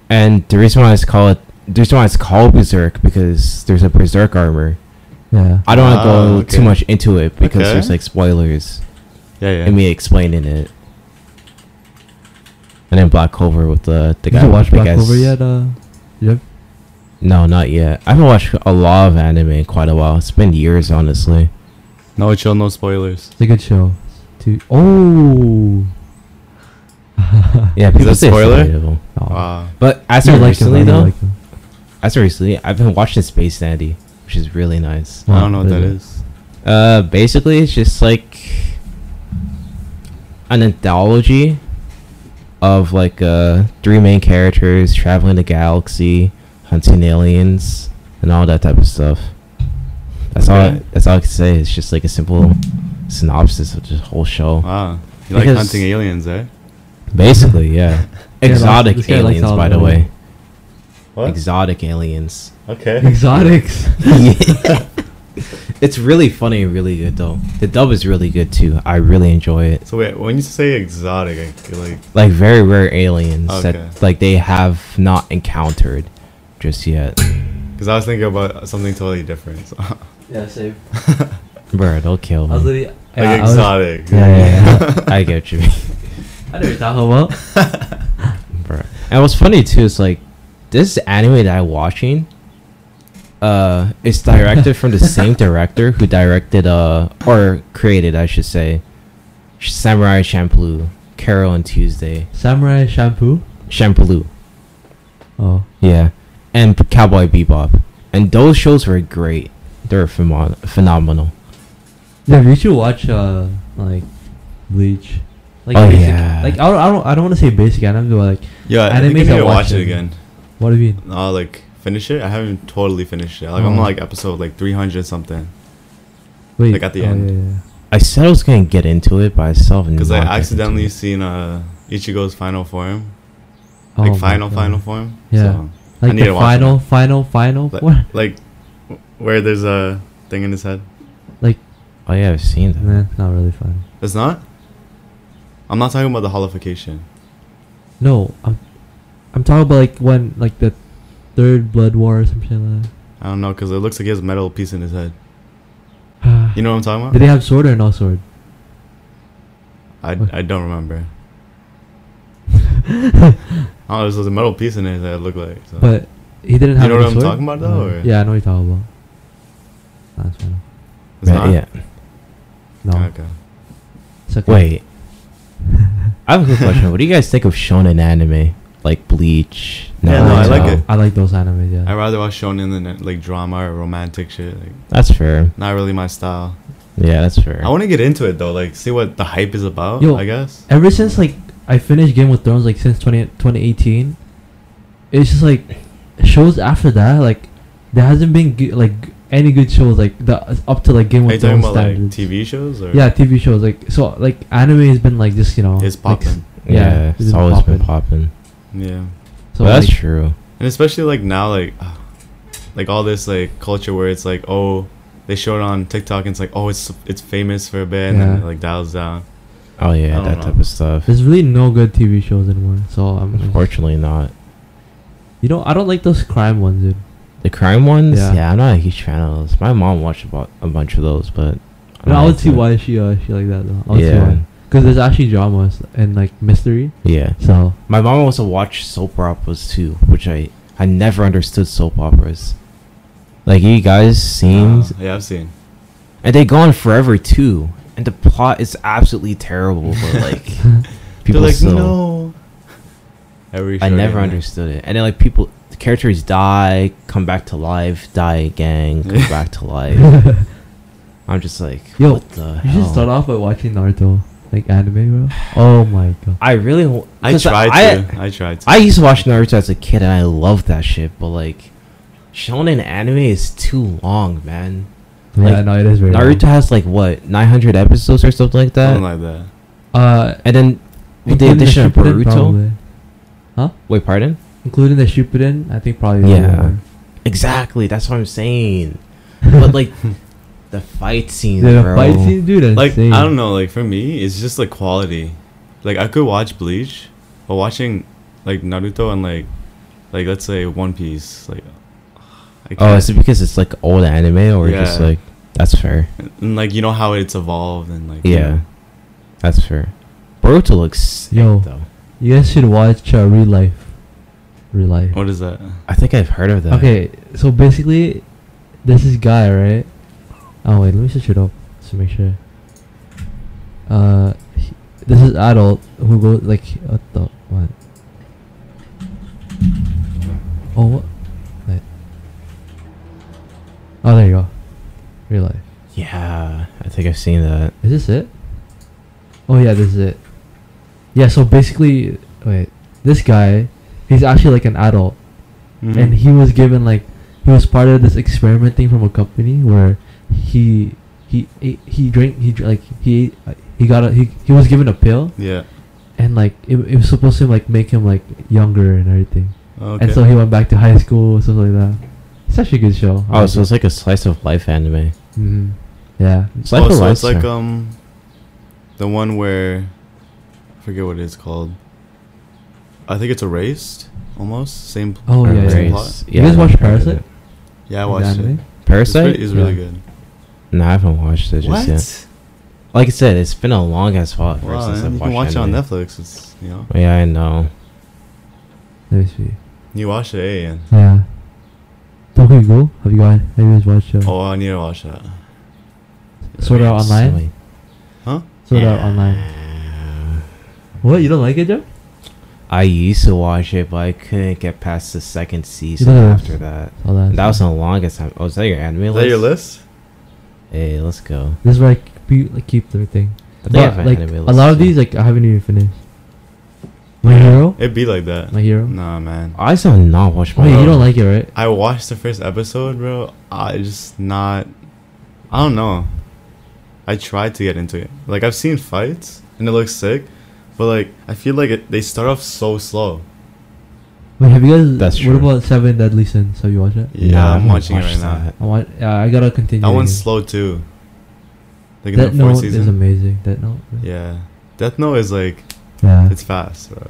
Speaker 1: And the reason why it's called the reason why it's called berserk because there's a berserk armor.
Speaker 2: Yeah.
Speaker 1: I don't want to
Speaker 3: Ah,
Speaker 1: go too
Speaker 3: okay.
Speaker 1: much into it because
Speaker 3: Okay.
Speaker 1: there's like spoilers
Speaker 3: Yeah, yeah.
Speaker 1: and me explaining it. And then Black Clover with the the
Speaker 2: Did
Speaker 1: guy.
Speaker 2: you
Speaker 1: with
Speaker 2: watch
Speaker 1: the big
Speaker 2: Black
Speaker 1: ass-
Speaker 2: Clover yet? Uh, Jeff?
Speaker 1: No, not yet. I haven't watched a lot of anime in quite a while. It's been years, honestly.
Speaker 3: No chill, no spoilers.
Speaker 2: It's a good show. Two. Oh.
Speaker 1: (laughs) Yeah, people
Speaker 3: that
Speaker 1: say it's
Speaker 3: spoiler?
Speaker 1: debatable.
Speaker 3: Wow.
Speaker 1: But as
Speaker 2: Oh. You
Speaker 1: of
Speaker 2: like him,
Speaker 1: recently,
Speaker 2: I know you
Speaker 1: though,
Speaker 2: like
Speaker 3: (laughs)
Speaker 2: him.
Speaker 1: as of recently, I've been watching Space Dandy, which is really nice.
Speaker 3: I
Speaker 2: Wow,
Speaker 3: don't know what that
Speaker 2: really?
Speaker 3: is.
Speaker 1: Uh, basically, it's just like an anthology of like uh three main characters traveling the galaxy, hunting aliens, and all that type of stuff. That's all.
Speaker 3: Okay.
Speaker 1: that's all I can say. It's just like a simple synopsis of the whole show.
Speaker 3: Wow. You like
Speaker 1: Oh. Because-
Speaker 3: hunting aliens, eh?
Speaker 1: Basically, yeah.
Speaker 2: (laughs) Yeah,
Speaker 1: Exotic
Speaker 2: this guy likes
Speaker 1: aliens,
Speaker 2: all
Speaker 1: by the
Speaker 2: the-
Speaker 1: way. Exotic aliens.
Speaker 3: Okay.
Speaker 1: (laughs)
Speaker 2: Exotics.
Speaker 1: It's really funny and really good though. The dub is really good too. I really enjoy it.
Speaker 3: So wait, when you say exotic, I feel like
Speaker 1: Like very rare aliens
Speaker 3: Okay.
Speaker 1: that like they have not encountered just yet.
Speaker 3: because I was thinking about something totally different. So. like
Speaker 2: (laughs) yeah, same.
Speaker 1: Bro, don't kill
Speaker 2: I was
Speaker 1: me.
Speaker 2: literally. yeah, I was-
Speaker 3: exotic.
Speaker 2: yeah, yeah,
Speaker 3: (laughs)
Speaker 2: yeah.
Speaker 1: I get what you mean,
Speaker 2: I know what you're talking about.
Speaker 1: bro. And what's funny too is like this anime that I'm watching. Uh, it's directed from the
Speaker 3: (laughs)
Speaker 1: same director who directed uh or created I should say, Samurai Champloo, Carol and Tuesday,
Speaker 2: Samurai shampoo.
Speaker 1: Champloo.
Speaker 2: Oh.
Speaker 1: Yeah, and P- Cowboy Bebop, and those shows were great. They were phenom- phenomenal.
Speaker 2: Yeah, you should watch uh like Bleach. Like
Speaker 1: Oh,
Speaker 2: basic,
Speaker 1: yeah.
Speaker 2: Like I don't, I don't, I don't want to say basic anime, but like
Speaker 3: Yeah, I
Speaker 2: Animes
Speaker 3: think I need
Speaker 2: I
Speaker 3: to
Speaker 2: watch
Speaker 3: watch it
Speaker 2: it.
Speaker 3: again.
Speaker 2: what do you mean?
Speaker 3: I'll like finish it. I haven't totally finished it. Like I'm
Speaker 2: Oh.
Speaker 3: like episode like 300 something.
Speaker 2: Mm, Wait.
Speaker 3: Like, at the
Speaker 2: oh,
Speaker 3: end.
Speaker 2: yeah, yeah.
Speaker 1: I said I was gonna get into it, but I still haven't.
Speaker 3: Because I
Speaker 1: gotten into
Speaker 3: accidentally
Speaker 1: it.
Speaker 3: seen uh, Ichigo's final form,
Speaker 2: Oh
Speaker 3: like
Speaker 2: my
Speaker 3: final
Speaker 2: God.
Speaker 3: final form.
Speaker 2: Yeah.
Speaker 3: So,
Speaker 2: Like
Speaker 3: need
Speaker 2: the
Speaker 3: to watch
Speaker 2: final, final, final.
Speaker 3: like,
Speaker 2: What?
Speaker 3: like where there's a thing in his head.
Speaker 1: Oh yeah, I've seen that.
Speaker 2: Nah, not really fun.
Speaker 3: It's not. I'm not talking about the holification.
Speaker 2: No, I'm, I'm talking about like when like the third blood war or something like
Speaker 3: I don't know because it looks like he has a metal piece in his head.
Speaker 2: that. (sighs)
Speaker 3: You know what I'm talking
Speaker 2: Did
Speaker 3: about?
Speaker 2: they have sword or no sword?
Speaker 3: I, I
Speaker 2: (laughs)
Speaker 3: don't remember. oh, there's there's a metal piece in his head. It looked like. So.
Speaker 2: But he didn't
Speaker 3: You
Speaker 2: have.
Speaker 3: know
Speaker 2: any
Speaker 3: what I'm
Speaker 2: sword?
Speaker 3: talking about, though,
Speaker 2: Uh,
Speaker 3: or-
Speaker 2: Yeah, I know what you're talking about. Nah, it's fine.
Speaker 3: it's not.
Speaker 1: Yeah.
Speaker 2: No,
Speaker 3: Okay.
Speaker 2: it's okay.
Speaker 1: Wait. I have a quick question. What do you guys think of shonen anime? Like like Bleach.
Speaker 3: Yeah, no, I like
Speaker 1: Naruto.
Speaker 3: it.
Speaker 2: I like those anime. Yeah.
Speaker 3: I'd rather watch shonen than uh, like drama or romantic shit. Like,
Speaker 1: That's fair.
Speaker 3: not really my style.
Speaker 1: Yeah, that's fair.
Speaker 3: I want to get into it though, like see what the hype is about.
Speaker 2: Yo.
Speaker 3: I guess.
Speaker 2: Ever since like I finished Game of Thrones, like since 20, 2018, it's just like shows after that, like there hasn't been g- like g- any good shows like the up to like Game
Speaker 3: Are
Speaker 2: of
Speaker 3: you talking
Speaker 2: Thrones
Speaker 3: about like
Speaker 2: standards.
Speaker 3: TV shows or?
Speaker 2: yeah, TV shows like so like anime has been like just you know
Speaker 3: It's
Speaker 2: like, s-
Speaker 3: popping.
Speaker 1: yeah,
Speaker 2: yeah,
Speaker 1: it's,
Speaker 2: it's been
Speaker 1: always been popping.
Speaker 3: Yeah.
Speaker 2: So
Speaker 1: But that's
Speaker 2: like,
Speaker 1: true.
Speaker 3: And especially like now, like, ah, like all this like culture where it's like, oh, they show it on TikTok and it's like, oh, it's it's famous for a bit, and then
Speaker 2: Yeah.
Speaker 3: it, like dials down.
Speaker 1: Oh yeah,
Speaker 3: don't
Speaker 1: that
Speaker 3: know.
Speaker 1: type of
Speaker 3: (laughs)
Speaker 1: stuff.
Speaker 2: there's really no good TV shows anymore. So I'm
Speaker 1: Unfortunately, not
Speaker 2: you know I don't like those crime ones, dude.
Speaker 1: the crime ones. Yeah.
Speaker 2: Yeah.
Speaker 1: I'm not a huge fan of those. My mom watched about a bunch of those, but I
Speaker 2: But I
Speaker 1: don't
Speaker 2: would
Speaker 1: like
Speaker 2: see
Speaker 1: them.
Speaker 2: why she uh, she like that though. I would see
Speaker 1: Oh, Yeah,
Speaker 2: why. Because there's actually dramas and like mystery.
Speaker 1: yeah.
Speaker 2: So
Speaker 1: My mom also watched soap operas too, which I I never understood soap operas. Like you guys seen,
Speaker 3: Uh, yeah, I've seen.
Speaker 1: and they go on forever too, and the plot is absolutely terrible. But like people
Speaker 3: They're like,
Speaker 1: still,
Speaker 3: no. Every
Speaker 1: I
Speaker 3: show,
Speaker 1: never
Speaker 3: yeah.
Speaker 1: understood it. And then like people, the characters die, come back to life, die again, come back to life. I'm just like,
Speaker 2: Yo,
Speaker 1: what the
Speaker 2: You
Speaker 1: hell?
Speaker 2: should start off by watching Naruto, like anime, bro. Oh my god.
Speaker 1: I really, w-
Speaker 3: I
Speaker 1: 'cause
Speaker 3: tried
Speaker 1: I,
Speaker 3: to. I tried to.
Speaker 1: I used to watch Naruto as a kid, and I loved that shit. But like, shonen anime is too long, man.
Speaker 2: yeah,
Speaker 1: Like,
Speaker 2: no, it is very.
Speaker 1: Naruto has like what 900 episodes or something like that,
Speaker 3: Something like that.
Speaker 2: Uh,
Speaker 1: and then with the
Speaker 2: including
Speaker 1: addition of
Speaker 2: Shippuden,
Speaker 1: Boruto.
Speaker 2: probably.
Speaker 1: Wait, pardon?
Speaker 2: including the Shippuden, I think probably.
Speaker 1: Yeah. Exactly. That's what I'm saying. (laughs) But like, the fight scenes,
Speaker 2: the
Speaker 1: bro.
Speaker 2: fight scenes, dude. are
Speaker 3: like
Speaker 2: insane.
Speaker 3: I don't know, like for me, it's just like quality. Like I could watch Bleach, but watching like Naruto and like like let's say One Piece, like I
Speaker 1: Oh, is
Speaker 3: can't-
Speaker 1: it because it's like old anime or just
Speaker 3: Yeah.
Speaker 1: like that's fair?
Speaker 3: and, like you know how it's evolved and like
Speaker 1: Yeah, that's fair. Boruto looks sick
Speaker 2: Yo.
Speaker 1: though.
Speaker 2: You guys should watch uh, Real Life. Real Life.
Speaker 3: What is that?
Speaker 1: I think I've heard of that.
Speaker 2: Okay, so basically, there's this guy, right? Oh wait, let me switch it up just to make sure. Uh, he, this is adult who goes like what the what? Oh what? Wait. Oh, there you go. Real life.
Speaker 1: Yeah, I think I've seen that.
Speaker 2: Is this it? Oh yeah, this is it. Yeah. So basically, wait. This guy, he's actually like an adult
Speaker 3: Mm-hmm.
Speaker 2: and he was given like he was part of this experiment thing from a company where he he ate- he drank he dr- like he ate- uh, he got a, he he was given a pill
Speaker 3: yeah.
Speaker 2: and like it, it was supposed to like make him like younger and everything
Speaker 3: Okay.
Speaker 2: and so he went back to high school stuff like that it's actually a good show
Speaker 1: Oh, so it's like a slice of life anime.
Speaker 2: hmm yeah
Speaker 1: Slice
Speaker 3: oh,
Speaker 1: of
Speaker 3: so
Speaker 1: life.
Speaker 3: it's like
Speaker 1: sir.
Speaker 3: um the one where I forget what it's called. I think it's erased almost. Same
Speaker 2: oh yeah, yeah,
Speaker 3: Erased.
Speaker 2: yeah.
Speaker 1: Race.
Speaker 2: You guys
Speaker 1: I've
Speaker 2: watch
Speaker 1: heard of
Speaker 2: Parasite?
Speaker 1: it.
Speaker 3: Yeah, I
Speaker 2: The
Speaker 3: watched it.
Speaker 2: anime?
Speaker 3: It's pretty-
Speaker 1: Parasite?
Speaker 3: It's really
Speaker 2: Yeah.
Speaker 3: good.
Speaker 1: no, I haven't watched it just
Speaker 3: What?
Speaker 1: yet. Like I said, it's been a long ass while ever
Speaker 3: Wow,
Speaker 1: since
Speaker 3: man,
Speaker 1: I've
Speaker 3: you
Speaker 1: watched
Speaker 3: can watch it on
Speaker 1: anime.
Speaker 3: Netflix. It's you know
Speaker 1: Yeah, I know.
Speaker 2: let me see
Speaker 3: you watch it, eh? and-
Speaker 2: yeah don't we go have you guys have you guys watched uh,
Speaker 3: Oh, I need to watch that.
Speaker 2: Sword Art
Speaker 1: It's
Speaker 2: Online
Speaker 1: silly.
Speaker 3: Huh?
Speaker 2: Sword Art Online what you don't like it Joe
Speaker 1: I used to watch it, but I couldn't get past the second season
Speaker 2: Yeah.
Speaker 1: after that.
Speaker 2: Oh, that's
Speaker 1: That was the longest time. Oh, is that your anime
Speaker 3: Is
Speaker 1: list?
Speaker 3: that your list?
Speaker 1: Hey, let's go.
Speaker 2: This is where I keep, like, keep the thing.
Speaker 1: I think I
Speaker 2: But,
Speaker 1: have an
Speaker 2: like,
Speaker 1: anime
Speaker 2: a
Speaker 1: list,
Speaker 2: lot of
Speaker 1: too.
Speaker 2: these, like, I haven't even finished. My Hero?
Speaker 3: It'd be like that.
Speaker 2: My Hero?
Speaker 3: Nah, man.
Speaker 1: I still have not watched
Speaker 2: Oh,
Speaker 1: my.
Speaker 2: wait, you
Speaker 1: Hero.
Speaker 2: don't like it, right?
Speaker 3: I watched the first episode, bro. I just not. I don't know. I tried to get into it. Like I've seen fights and it looks sick, but like I feel like it, they start off so slow.
Speaker 2: Wait, have you guys...
Speaker 1: That's
Speaker 2: What
Speaker 1: true.
Speaker 2: about Seven Deadly Sins? Have you watched it?
Speaker 1: Nah,
Speaker 3: Yeah,
Speaker 1: I
Speaker 3: I'm
Speaker 1: haven't
Speaker 3: watching it
Speaker 1: watched
Speaker 3: right now.
Speaker 1: that.
Speaker 2: I want... Uh, I gotta continue.
Speaker 3: That one's
Speaker 2: again.
Speaker 3: slow too. Like
Speaker 2: Mm-hmm.
Speaker 3: in
Speaker 2: Death
Speaker 3: the fourth
Speaker 2: Note is
Speaker 3: season.
Speaker 2: amazing. Death Note?
Speaker 3: yeah, Death Note is like
Speaker 2: Yeah.
Speaker 3: it's fast, bro.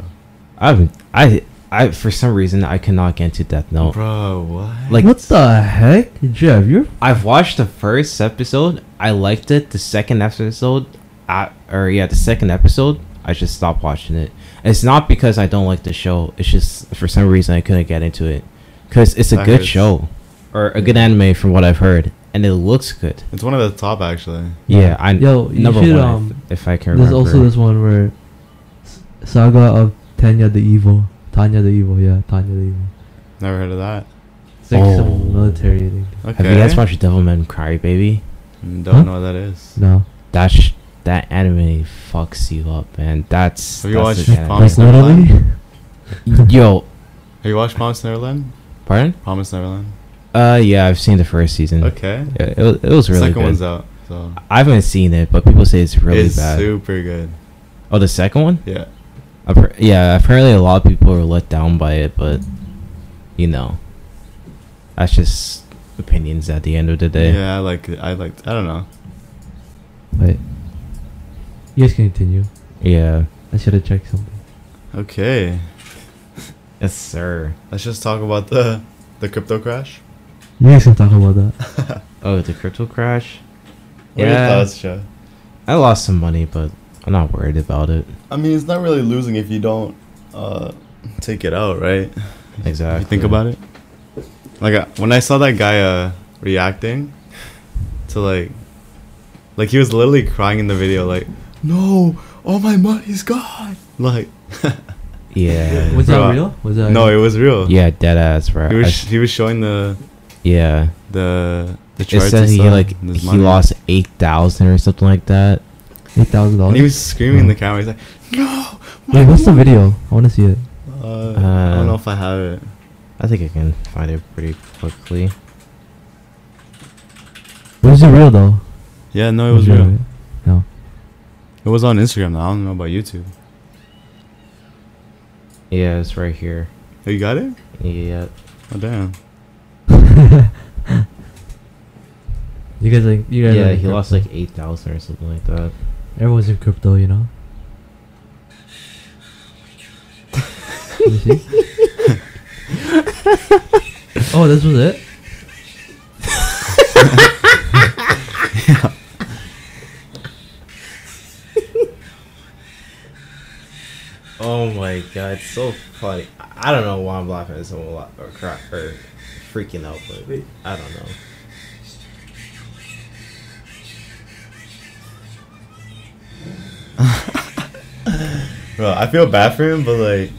Speaker 1: I've I I for some reason I cannot get into Death Note.
Speaker 3: Bro, what?
Speaker 1: Like-
Speaker 2: what the heck? Jeff, you're...
Speaker 1: I've watched the first episode. I liked it. The second episode, I, or yeah, the second episode, I just stopped watching it. It's not because I don't like the show. It's just for some reason I couldn't get into it because it's a
Speaker 3: That
Speaker 1: good
Speaker 3: hurts.
Speaker 1: show or a good anime from what I've heard, and it looks good.
Speaker 3: it's one of the top actually.
Speaker 1: Yeah, I
Speaker 2: Yo, you
Speaker 1: number
Speaker 2: should,
Speaker 1: one
Speaker 2: um,
Speaker 1: if, if I can
Speaker 2: There's
Speaker 1: remember.
Speaker 2: also this one where... S- Saga of Tenya the Evil. Tanya the Evil, yeah, Tanya the Evil.
Speaker 3: Never heard of that.
Speaker 2: It's like
Speaker 1: Oh.
Speaker 2: some military thing.
Speaker 3: Okay. Hmm,
Speaker 1: Have you guys watched Devilman Crybaby?
Speaker 3: Don't
Speaker 2: Huh?
Speaker 3: know what that is.
Speaker 2: No.
Speaker 1: That sh- that anime fucks you up, man. That's
Speaker 3: Have you
Speaker 1: that's
Speaker 3: watched
Speaker 1: the kind
Speaker 3: Promise
Speaker 2: Like
Speaker 1: of-
Speaker 2: literally?
Speaker 1: Yo,
Speaker 3: Have you watched Promise Neverland?
Speaker 1: pardon?
Speaker 3: Promise Neverland.
Speaker 1: Uh, yeah, I've seen the first season.
Speaker 3: Okay.
Speaker 1: Yeah, it, was, it was
Speaker 3: The
Speaker 1: really
Speaker 3: second
Speaker 1: good.
Speaker 3: one's out. So
Speaker 1: I haven't seen it, but people say it's really
Speaker 3: it's
Speaker 1: bad.
Speaker 3: super good.
Speaker 1: oh, the second one?
Speaker 3: Yeah.
Speaker 1: Appar- yeah, apparently a lot of people are let down by it, but you know, that's just opinions at the end of the day.
Speaker 3: Yeah, I like it. I like. I don't know.
Speaker 2: Wait. You guys can continue.
Speaker 1: Yeah.
Speaker 2: I should have checked something.
Speaker 3: Okay.
Speaker 1: Yes, sir.
Speaker 3: Let's just talk about the the crypto crash.
Speaker 2: You guys can talk about that.
Speaker 1: Oh, the crypto crash.
Speaker 3: What are your
Speaker 1: Yeah.
Speaker 3: thoughts, Joe?
Speaker 1: I lost some money, but I'm not worried about it.
Speaker 3: I mean, it's not really losing if you don't uh, take it out, right?
Speaker 1: Exactly.
Speaker 3: If you think about it. Like I, when I saw that guy uh, reacting to like, like he was literally crying in the video, like, "No, all my money's gone!" Like,
Speaker 1: Yeah.
Speaker 2: Was that
Speaker 3: Bro.
Speaker 2: real? Was that
Speaker 3: no, it was real.
Speaker 1: Yeah, dead ass, bro.
Speaker 3: he
Speaker 1: I
Speaker 3: was
Speaker 1: s-
Speaker 3: he was showing the
Speaker 1: yeah.
Speaker 3: the the
Speaker 1: It
Speaker 3: charts.
Speaker 1: says
Speaker 3: and
Speaker 1: he
Speaker 3: stuff,
Speaker 1: like
Speaker 3: and his
Speaker 1: he
Speaker 3: money.
Speaker 1: lost eight thousand or something like that.
Speaker 2: eight thousand
Speaker 3: And he
Speaker 2: dollars?
Speaker 3: was screaming in
Speaker 1: Hmm.
Speaker 3: the camera. He's like, "No!"
Speaker 2: Wait, what's the video? I wanna see it.
Speaker 3: Uh, I don't know if I have it.
Speaker 1: I think I can find it pretty quickly.
Speaker 2: Was it real though?
Speaker 3: Yeah, no, it was real.
Speaker 2: right? No.
Speaker 3: It was on Instagram. Now. I don't know about YouTube.
Speaker 1: Yeah, it's right here.
Speaker 3: Oh, you got it?
Speaker 1: Yeah.
Speaker 3: Oh damn.
Speaker 2: (laughs) You guys like you guys are
Speaker 1: Yeah,
Speaker 2: in
Speaker 1: he lost like
Speaker 2: crypto.
Speaker 1: eight thousand or something like that.
Speaker 2: everyone's in crypto, you know? You (laughs) see? oh, this was it?
Speaker 1: Oh my god, it's so funny. I I don't know why I'm laughing at someone la- or cry or freaking out, but I don't know.
Speaker 3: Bro, I feel bad for him, but like,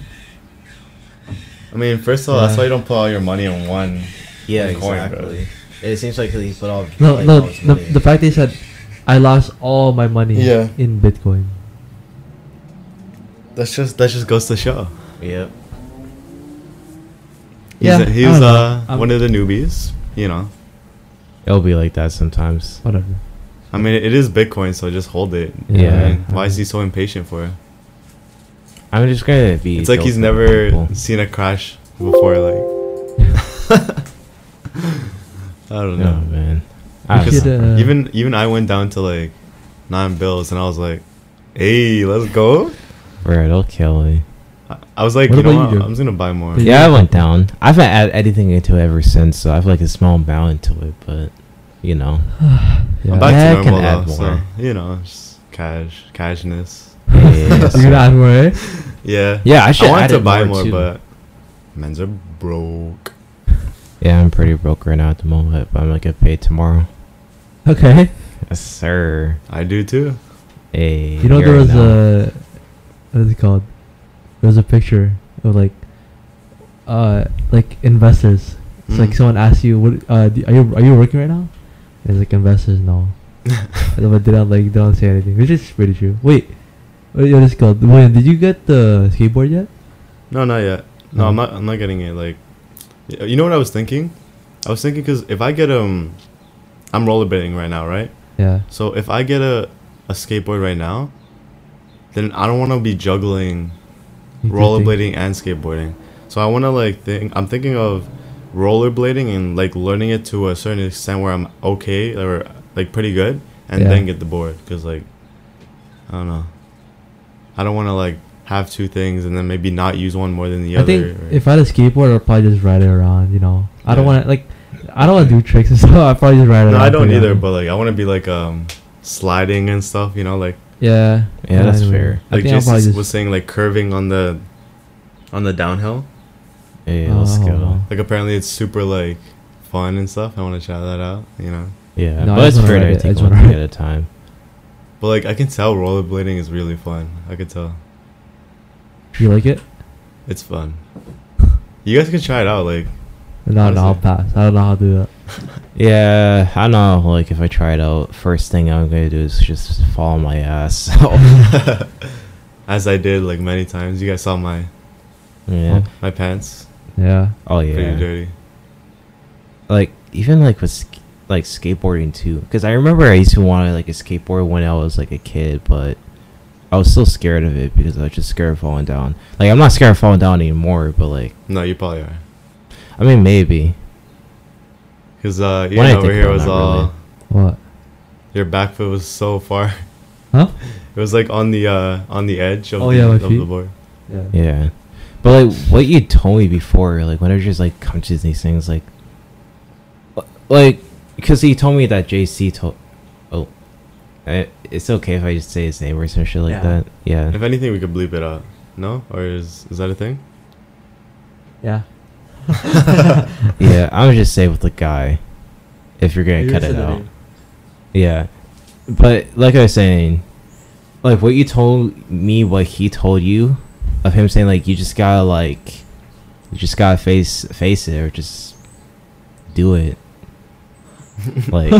Speaker 3: I mean, first of all, that's
Speaker 2: Yeah.
Speaker 3: why you don't put all your money in one.
Speaker 1: Yeah,
Speaker 3: Coin, bro.
Speaker 1: exactly. It seems like he put all
Speaker 2: No,
Speaker 1: like,
Speaker 2: no.
Speaker 1: all his
Speaker 2: The,
Speaker 1: money in.
Speaker 2: the fact they said, I lost all my money
Speaker 3: Yeah.
Speaker 2: in Bitcoin.
Speaker 3: That's just that just goes to show.
Speaker 1: Yep.
Speaker 2: Yeah,
Speaker 3: he's, a-
Speaker 2: I
Speaker 3: he's
Speaker 2: don't know.
Speaker 3: uh
Speaker 2: I'm-
Speaker 3: one of the newbies. You know,
Speaker 1: It'll be like that sometimes.
Speaker 2: Whatever.
Speaker 3: I mean, it is Bitcoin, so just hold it. you know what I
Speaker 1: Yeah.
Speaker 3: mean? Why is he so impatient for? it?
Speaker 1: I'm just gonna be.
Speaker 3: It's like he's
Speaker 1: joking with
Speaker 3: never
Speaker 1: people.
Speaker 3: seen a crash before. Like, (laughs) I don't
Speaker 1: No
Speaker 3: know.
Speaker 1: Oh, man. Ah, I don't
Speaker 3: Because
Speaker 2: could,
Speaker 1: know.
Speaker 2: uh,
Speaker 3: even even I went down to like nine bills, and I was like, "Hey, let's go."
Speaker 1: Bro, it'll kill me.
Speaker 3: I, I was like,
Speaker 2: What
Speaker 3: "You know
Speaker 2: about
Speaker 3: what?
Speaker 2: you, Joe?
Speaker 3: I'm just gonna buy more."
Speaker 2: Did
Speaker 1: Yeah, I went down. I haven't added anything into it ever since, so I have like a small amount into it, but you know.
Speaker 2: Yeah.
Speaker 3: I'm back
Speaker 1: Yeah, I
Speaker 3: to
Speaker 1: can
Speaker 3: normal
Speaker 1: add
Speaker 3: though, so
Speaker 1: more.
Speaker 3: you know, just cash, cashness.
Speaker 1: Yeah,
Speaker 2: (laughs) You're gonna add more, eh?
Speaker 3: Yeah,
Speaker 1: Yeah, I should
Speaker 3: I wanted
Speaker 1: add
Speaker 3: to
Speaker 1: it
Speaker 3: buy
Speaker 1: more,
Speaker 3: more,
Speaker 1: too.
Speaker 3: but men's are broke.
Speaker 1: Yeah, I'm pretty broke right now at the moment, but I'm gonna get paid tomorrow.
Speaker 2: Okay.
Speaker 1: Yes, sir.
Speaker 3: I do too.
Speaker 1: Hey,
Speaker 2: You know
Speaker 1: you
Speaker 2: there
Speaker 1: already
Speaker 2: was a what is it called? There was a picture of like uh like investors. It's like
Speaker 3: Mhm.
Speaker 2: someone asks you, "What uh do, are you are you working right now?" And it's like investors,
Speaker 3: (laughs)
Speaker 2: no. but they don't like they don't say anything, which is pretty true. Wait, what is it called? William, did you get the skateboard yet?
Speaker 3: No, not yet. No,
Speaker 2: No.
Speaker 1: Oh.
Speaker 3: I'm not. I'm not getting it. Like, y- you know what I was thinking? I was thinking because if I get um, I'm rollerblading right now, right?
Speaker 2: Yeah.
Speaker 3: So if I get a a skateboard right now, then I don't want to be juggling
Speaker 2: You thrifting?
Speaker 3: rollerblading and skateboarding. So I want to like think. I'm thinking of rollerblading and like learning it to a certain extent where I'm okay or like pretty good, and
Speaker 2: Yeah.
Speaker 3: then get the board because like I don't know. I don't want to like have two things and then maybe not use one more than the
Speaker 2: I
Speaker 3: other.
Speaker 2: think
Speaker 3: or-
Speaker 2: if I had a skateboard, I'd probably just ride it around. You know, I don't
Speaker 3: Yeah.
Speaker 2: want to like, I don't want to do tricks and (laughs) stuff. I probably just ride it
Speaker 3: no,
Speaker 2: around.
Speaker 3: I don't
Speaker 2: pretty
Speaker 3: either.
Speaker 2: much.
Speaker 3: But like I want to be like um sliding and stuff. You know, like
Speaker 2: yeah,
Speaker 1: Yeah, that's
Speaker 2: anyway.
Speaker 1: fair.
Speaker 2: I
Speaker 3: like
Speaker 2: think I'll
Speaker 3: Jason
Speaker 2: probably
Speaker 3: s-
Speaker 2: just
Speaker 3: was saying, like curving on the on the downhill.
Speaker 1: Hey, let's
Speaker 2: Oh.
Speaker 1: go.
Speaker 3: Like apparently it's super like fun and stuff. I want to try that out. You know.
Speaker 1: Yeah,
Speaker 2: No, I
Speaker 1: but it's
Speaker 2: just wanna
Speaker 1: fair
Speaker 2: ride it.
Speaker 1: to
Speaker 2: I
Speaker 1: take
Speaker 2: just
Speaker 1: one
Speaker 2: wanna
Speaker 1: thing
Speaker 2: ride
Speaker 1: at a time.
Speaker 3: But like I can tell rollerblading is really fun. I could tell.
Speaker 2: Do you like it?
Speaker 3: It's fun. You guys can try it out. Like, (laughs)
Speaker 2: No, no, I'll
Speaker 3: Honestly.
Speaker 2: pass. I don't know how to do that.
Speaker 1: Yeah, I know. Like, if I try it out, first thing I'm gonna do is just fall on my ass. (laughs) Oh, So,
Speaker 3: as I did like many times. You guys saw my
Speaker 1: yeah.
Speaker 3: my pants.
Speaker 2: Yeah.
Speaker 1: Oh
Speaker 3: Pretty
Speaker 1: yeah.
Speaker 3: dirty.
Speaker 1: Like even like with sk- like skateboarding too, because I remember I used to want like a skateboard when I was like a kid, but I was still scared of it because I was just scared of falling down. Like I'm not scared of falling down anymore, but like
Speaker 3: No, you probably are.
Speaker 1: I mean maybe.
Speaker 3: Cause uh, you
Speaker 1: When I
Speaker 3: know, over
Speaker 1: think
Speaker 3: here
Speaker 1: about it,
Speaker 3: was
Speaker 1: not
Speaker 3: all
Speaker 1: really.
Speaker 2: What?
Speaker 3: your back foot was so far. (laughs)
Speaker 2: Huh?
Speaker 3: It was like on the uh on the edge of,
Speaker 2: Oh,
Speaker 3: the,
Speaker 2: yeah, my
Speaker 3: of the
Speaker 2: feet.
Speaker 3: board.
Speaker 2: Yeah.
Speaker 1: Yeah. But like what you told me before, like when I was just like come to these things, like, uh, like because he told me that JC told, oh, I, it's okay if I just say his name or some shit like
Speaker 2: Yeah.
Speaker 1: that.
Speaker 2: (laughs)
Speaker 1: Yeah.
Speaker 3: If anything, we could bleep it out. No, or is is that a thing?
Speaker 2: Yeah.
Speaker 1: yeah. I would just say with the guy, if you're gonna
Speaker 2: You
Speaker 1: cut
Speaker 2: said
Speaker 1: it
Speaker 2: that
Speaker 1: out.
Speaker 2: name.
Speaker 1: Yeah. But like I was saying, like what you told me, what he told you, of him saying like you just gotta like, you just gotta face face it or just do
Speaker 3: (laughs)
Speaker 1: it. like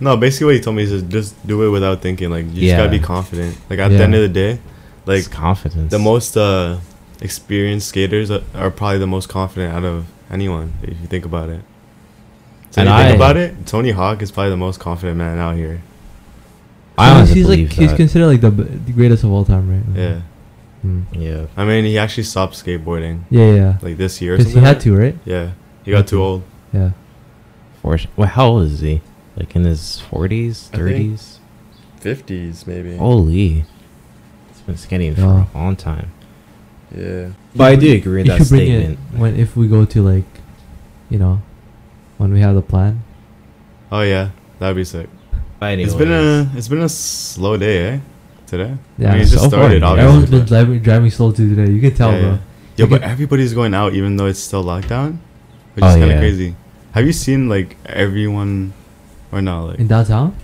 Speaker 3: No, basically what he told me is just- just do it without thinking. Like you just gotta
Speaker 1: Yeah.
Speaker 3: be confident. Like at the
Speaker 2: Yeah.
Speaker 3: end of the day, like
Speaker 1: it's confidence.
Speaker 3: the most uh, experienced skaters are, are probably the most confident out of anyone if you think about it. So
Speaker 1: And
Speaker 3: if you
Speaker 1: I-
Speaker 3: think about it, Tony Hawk is probably the most confident man out here.
Speaker 1: I honestly
Speaker 2: he's like
Speaker 1: believe
Speaker 2: he's
Speaker 1: that.
Speaker 2: considered like the, b- the greatest of all time, right?
Speaker 3: Yeah,
Speaker 2: Mm.
Speaker 1: yeah.
Speaker 3: I mean he actually stopped skateboarding
Speaker 2: Yeah, yeah.
Speaker 3: like this year. Or
Speaker 2: Because
Speaker 3: something
Speaker 2: he had
Speaker 3: like
Speaker 2: to, right?
Speaker 3: that. Yeah, he got too old.
Speaker 2: Yeah.
Speaker 1: For sure. Well, how old is he? Like in his forties,
Speaker 3: I think-
Speaker 1: thirties?
Speaker 3: Fifties maybe.
Speaker 2: Oh.
Speaker 1: Holy. He's been skating for
Speaker 2: Yeah.
Speaker 1: a long time.
Speaker 3: Yeah.
Speaker 1: But I do agree with
Speaker 2: You
Speaker 1: that
Speaker 2: should bring it
Speaker 1: statement.
Speaker 2: when if we go to like, you know, when we have the plan.
Speaker 3: Oh yeah, that'd be sick.
Speaker 1: But anyways,
Speaker 3: It's been a it's been a slow day, eh? Today.
Speaker 2: Yeah.
Speaker 3: I mean, it just
Speaker 1: so far,
Speaker 3: started.
Speaker 1: yeah.
Speaker 3: obviously,
Speaker 2: Everyone's been
Speaker 3: but-
Speaker 2: driving driving slow too today. You can tell,
Speaker 3: Yeah,
Speaker 2: bro.
Speaker 3: yeah. Yo,
Speaker 2: You
Speaker 3: but
Speaker 2: can-
Speaker 3: everybody's going out even though it's still lockdown, which
Speaker 1: Oh,
Speaker 3: is kind of
Speaker 1: yeah.
Speaker 3: crazy. Have you seen like everyone, or no, like
Speaker 2: in downtown.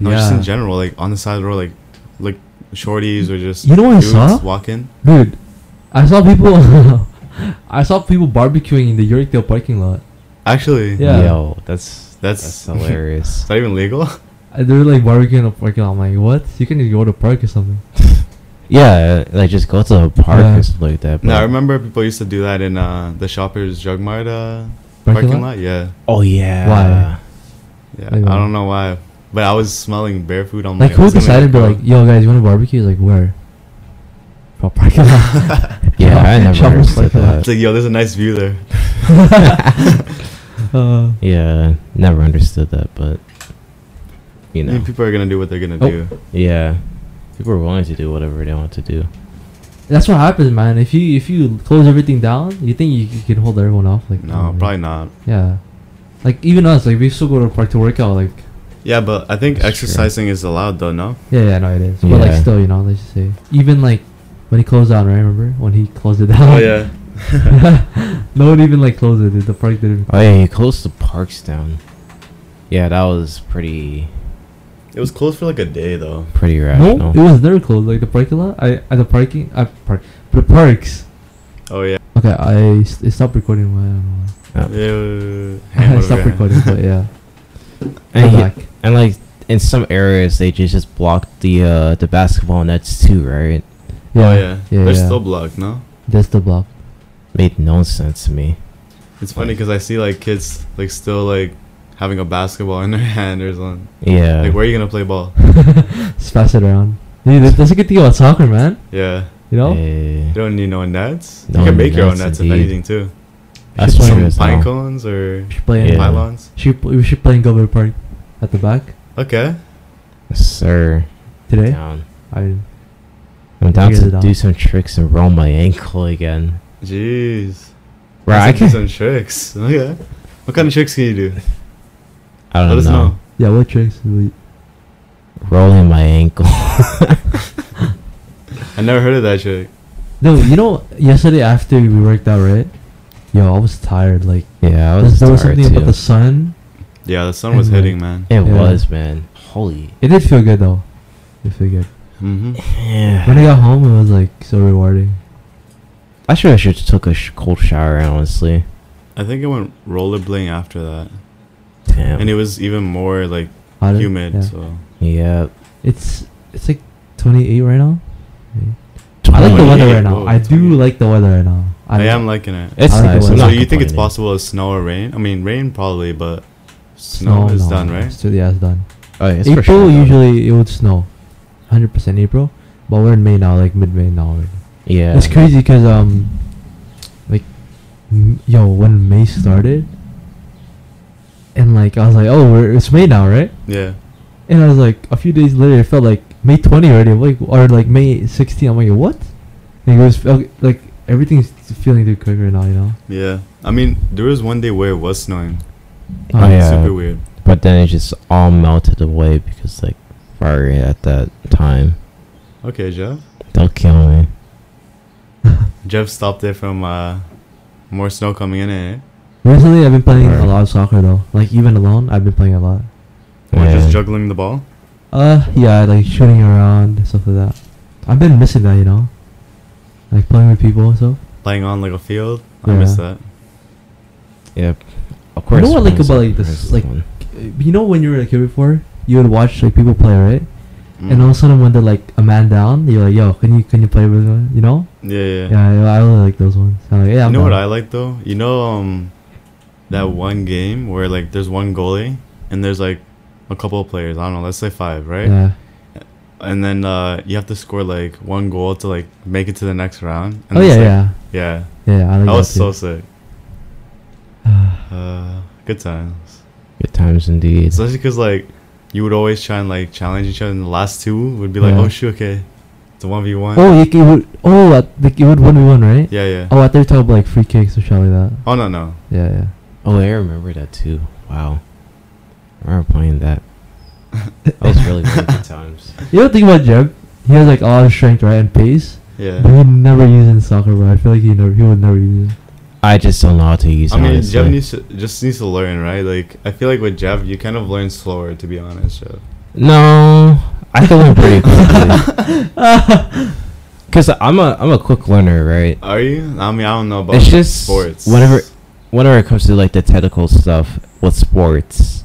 Speaker 3: no, just in general, like on the side of the road, like like shorties or just
Speaker 2: You know what I
Speaker 3: dudes
Speaker 2: saw?
Speaker 3: walking.
Speaker 2: Dude, I saw people. (laughs) I saw people barbecuing in the Yorkdale parking lot.
Speaker 3: Actually,
Speaker 2: Yeah.
Speaker 1: Yo, that's that's,
Speaker 3: That's-
Speaker 1: hilarious.
Speaker 3: (laughs)
Speaker 1: (laughs)
Speaker 3: it's not even legal.
Speaker 2: Uh, They were like barbecuing in the parking lot. I'm like, what? You can go to park or something.
Speaker 1: yeah, like just go to a park
Speaker 2: Yeah.
Speaker 1: or something like that.
Speaker 3: no, I
Speaker 1: but-
Speaker 3: remember people used to do that in uh, the Shoppers Drug Mart uh, parking, lot? Yeah,
Speaker 1: Oh yeah.
Speaker 2: Why?
Speaker 3: yeah.
Speaker 2: Like
Speaker 3: I
Speaker 2: what?
Speaker 3: don't know why, but I was smelling bear food. I'm
Speaker 2: Like,
Speaker 3: I
Speaker 2: who
Speaker 3: was gonna
Speaker 2: decided to be
Speaker 3: go.
Speaker 2: like, yo, guys, you want to barbecue? Like, where? Bro, parking
Speaker 3: (laughs)
Speaker 2: lot.
Speaker 1: Yeah, I never
Speaker 2: Shoppers
Speaker 1: understood
Speaker 2: parking lot.
Speaker 3: (laughs) It's like, yo, there's a nice view there.
Speaker 2: Uh,
Speaker 1: Yeah, never understood that, but you
Speaker 3: (laughs) I
Speaker 1: know,
Speaker 3: mean, people are gonna do what they're gonna
Speaker 2: Oh.
Speaker 3: do.
Speaker 1: yeah, people are willing to do whatever they want to do.
Speaker 2: that's what happens, man. If you if you close everything down, you think you, you can hold everyone off? Like, um, come
Speaker 3: No,
Speaker 2: on,
Speaker 3: probably not.
Speaker 2: Like, yeah. Like even us, like we still go to the park to work out. Like,
Speaker 3: Yeah, but I think
Speaker 1: That's true.
Speaker 3: exercising is allowed though,
Speaker 2: (laughs)
Speaker 3: no?
Speaker 2: yeah, yeah, no, it is. But like,
Speaker 1: Yeah.
Speaker 2: still, you know, let's just say, even like when he closed down, right? Remember when he closed it
Speaker 3: Oh,
Speaker 2: down? (laughs) no one even like closed it. Dude. The park didn't.
Speaker 1: Oh yeah, he closed the parks down. Yeah, that was pretty
Speaker 3: it was closed for like a day though.
Speaker 1: pretty
Speaker 2: no,
Speaker 1: rational.
Speaker 2: it was never closed. Like the parking lot, I at the parking, I park the parks.
Speaker 3: Oh yeah.
Speaker 2: Okay, I st- it stopped recording. Why I don't know.
Speaker 3: Ew.
Speaker 2: why. (laughs)
Speaker 3: Hey,
Speaker 2: (laughs) I stopped
Speaker 3: what
Speaker 2: recording, but yeah,
Speaker 1: and,
Speaker 2: we're
Speaker 1: he-
Speaker 2: back.
Speaker 1: and, like in some areas, they just just blocked the uh the basketball nets too, right?
Speaker 3: we- Oh yeah.
Speaker 2: yeah.
Speaker 3: They're
Speaker 2: yeah.
Speaker 3: still blocked, no?
Speaker 2: That's the block.
Speaker 1: Made no sense to me.
Speaker 3: It's funny because I see like kids like still like having a basketball in their (laughs) hand or something.
Speaker 1: Yeah,
Speaker 3: Like where are you gonna play ball?
Speaker 2: Just pass it around. Dude, that- that's a good thing about soccer, man.
Speaker 3: Yeah.
Speaker 2: You know,
Speaker 1: Eh,
Speaker 3: You don't need no nets.
Speaker 1: No
Speaker 3: you can make your own
Speaker 1: nets,
Speaker 3: nets
Speaker 1: indeed.
Speaker 3: if anything too.
Speaker 1: that's
Speaker 2: Should
Speaker 1: what it is
Speaker 3: Some pine
Speaker 1: now.
Speaker 3: cones or
Speaker 2: we should play in.
Speaker 1: Yeah.
Speaker 3: pylons.
Speaker 2: Should we, we should play in Governor Park, at the back
Speaker 3: Okay.
Speaker 1: Sir,
Speaker 2: today.
Speaker 1: down.
Speaker 2: I
Speaker 1: I'm down
Speaker 2: Figure
Speaker 1: to
Speaker 2: it out.
Speaker 1: do some tricks and roll my ankle again.
Speaker 3: Jeez.
Speaker 1: Bro,
Speaker 3: Must
Speaker 1: I
Speaker 3: do
Speaker 1: can.
Speaker 3: some tricks. (laughs) Okay. What kind of tricks can you do?
Speaker 1: I
Speaker 3: Let
Speaker 1: don't
Speaker 3: us
Speaker 1: know.
Speaker 3: know.
Speaker 2: yeah. What tricks? do we-
Speaker 1: Rolling my ankle. (laughs)
Speaker 3: I never heard of that trick.
Speaker 2: No, you know, yesterday after we worked out, right? Yo, I was tired. Like
Speaker 1: yeah, I
Speaker 2: there
Speaker 1: was
Speaker 2: there was
Speaker 1: tired
Speaker 2: something about
Speaker 1: too.
Speaker 2: the sun.
Speaker 3: Yeah, the sun was
Speaker 2: Anyway.
Speaker 3: hitting, man.
Speaker 1: It
Speaker 2: Yeah.
Speaker 1: was, man. Holy.
Speaker 2: It did feel good though. It feel good.
Speaker 3: Mm-hmm.
Speaker 1: Yeah.
Speaker 2: When I got home, it was like so rewarding.
Speaker 1: I I should I should have took a sh- cold shower. Honestly,
Speaker 3: I think I went rollerblading after that,
Speaker 1: damn.
Speaker 3: and it was even more like
Speaker 2: Hot in-
Speaker 3: humid.
Speaker 2: yeah.
Speaker 3: So
Speaker 1: yeah,
Speaker 2: It's it's like 28 right now. I like the weather
Speaker 3: 28,
Speaker 2: right now.
Speaker 3: whoa,
Speaker 2: I do
Speaker 3: 28.
Speaker 2: like the weather right now.
Speaker 3: I am liking it.
Speaker 1: It's
Speaker 2: I like the
Speaker 1: nice.
Speaker 2: weather.
Speaker 1: I'm
Speaker 3: so
Speaker 1: not
Speaker 3: you think it's
Speaker 1: complaining.
Speaker 3: possible of snow or rain? I mean, rain probably, but snow, is done, right?
Speaker 2: Still, yeah, it's done.
Speaker 1: Oh, yeah, it's for
Speaker 2: April
Speaker 1: sure done.
Speaker 2: usually it would snow, 100% April, but we're in May now, like mid-May now. Already.
Speaker 1: Yeah.
Speaker 2: It's crazy because um, like, m- yo, when May started, and like I was like, oh, we're, it's May now, right?
Speaker 3: Yeah.
Speaker 2: And I was like, a few days later, it felt like May 20 already, I'm like or like May 16. I'm like, what? And it was felt like everything's feeling too quick right now, you know?
Speaker 3: Yeah. I mean, there was one day where it was snowing.
Speaker 1: Oh,
Speaker 2: Um,
Speaker 1: yeah.
Speaker 3: Super weird.
Speaker 1: But then it just all melted away because like fire at that time.
Speaker 3: Okay, Jeff.
Speaker 1: Don't kill me.
Speaker 3: Jeff stopped it from uh, more snow coming in, eh?
Speaker 2: Recently, I've been playing a
Speaker 1: Alright.
Speaker 2: lot of soccer though. Like even alone, I've been playing a lot.
Speaker 3: Or
Speaker 1: Yeah.
Speaker 3: just juggling the ball?
Speaker 2: Uh, yeah, like shooting around stuff like that. I've been missing that, you know, like playing with people and stuff.
Speaker 3: Playing on like a field? I
Speaker 2: Yeah.
Speaker 3: miss that.
Speaker 1: Yep. Of
Speaker 2: You
Speaker 1: course.
Speaker 2: know what I like
Speaker 1: one's
Speaker 2: about,
Speaker 1: the
Speaker 2: like, this-
Speaker 1: first
Speaker 2: like-
Speaker 1: one.
Speaker 2: You know, when you were a kid before, you would watch like people play, right?
Speaker 3: Mm.
Speaker 2: And all of a sudden, when they're like a man down, you're like, "Yo, can you can you play with me?" You know?
Speaker 3: Yeah, yeah.
Speaker 2: Yeah, yeah I really like those ones. I'm like, yeah,
Speaker 3: you
Speaker 2: I'm
Speaker 3: know what
Speaker 2: down."
Speaker 3: I like though? You know um, that one game where like there's one goalie and there's like a couple of players. I don't know, let's say five, right?
Speaker 2: Yeah,
Speaker 3: And then uh, you have to score like one goal to like make it to the next round. And
Speaker 2: Oh,
Speaker 3: it's,
Speaker 2: yeah,
Speaker 3: like-
Speaker 2: yeah.
Speaker 3: yeah.
Speaker 2: yeah, I like
Speaker 3: That was
Speaker 2: too.
Speaker 3: so sick.
Speaker 2: Ah,
Speaker 3: Uh, good times.
Speaker 1: Good times indeed.
Speaker 3: Especially because like you would always try and like challenge each other, and the last two would be like,
Speaker 2: Yeah.
Speaker 3: "Oh shoot, okay, it's a one v one."
Speaker 2: (sighs) oh, it, it would. Oh, at- like it would one v one, right?
Speaker 3: Yeah, yeah.
Speaker 2: Oh, I thought you were talking about like free kicks or something like that.
Speaker 3: Oh no, no.
Speaker 2: Yeah, yeah.
Speaker 1: Oh, I remember that too. Wow. I remember playing that. That was really, really good
Speaker 3: (laughs)
Speaker 1: times.
Speaker 2: You know the thing about Jeb? He has like a lot of strength, right, and pace. But
Speaker 3: Yeah.
Speaker 2: he never uses in soccer, bro. I feel like he never he would never use it.
Speaker 1: I just don't know how to use.
Speaker 3: I mean,
Speaker 1: honestly.
Speaker 3: Jeff needs to, just needs to learn, right? Like, I feel like with Jeff, you kind of learn slower, to be honest, Jeff.
Speaker 1: No, I can learn pretty quickly.
Speaker 3: (laughs)
Speaker 1: Cause I'm a I'm a quick learner, right?
Speaker 3: Are you? I mean, I don't know about
Speaker 1: It's just
Speaker 3: sports.
Speaker 1: whenever whenever it comes to like the technical stuff with sports,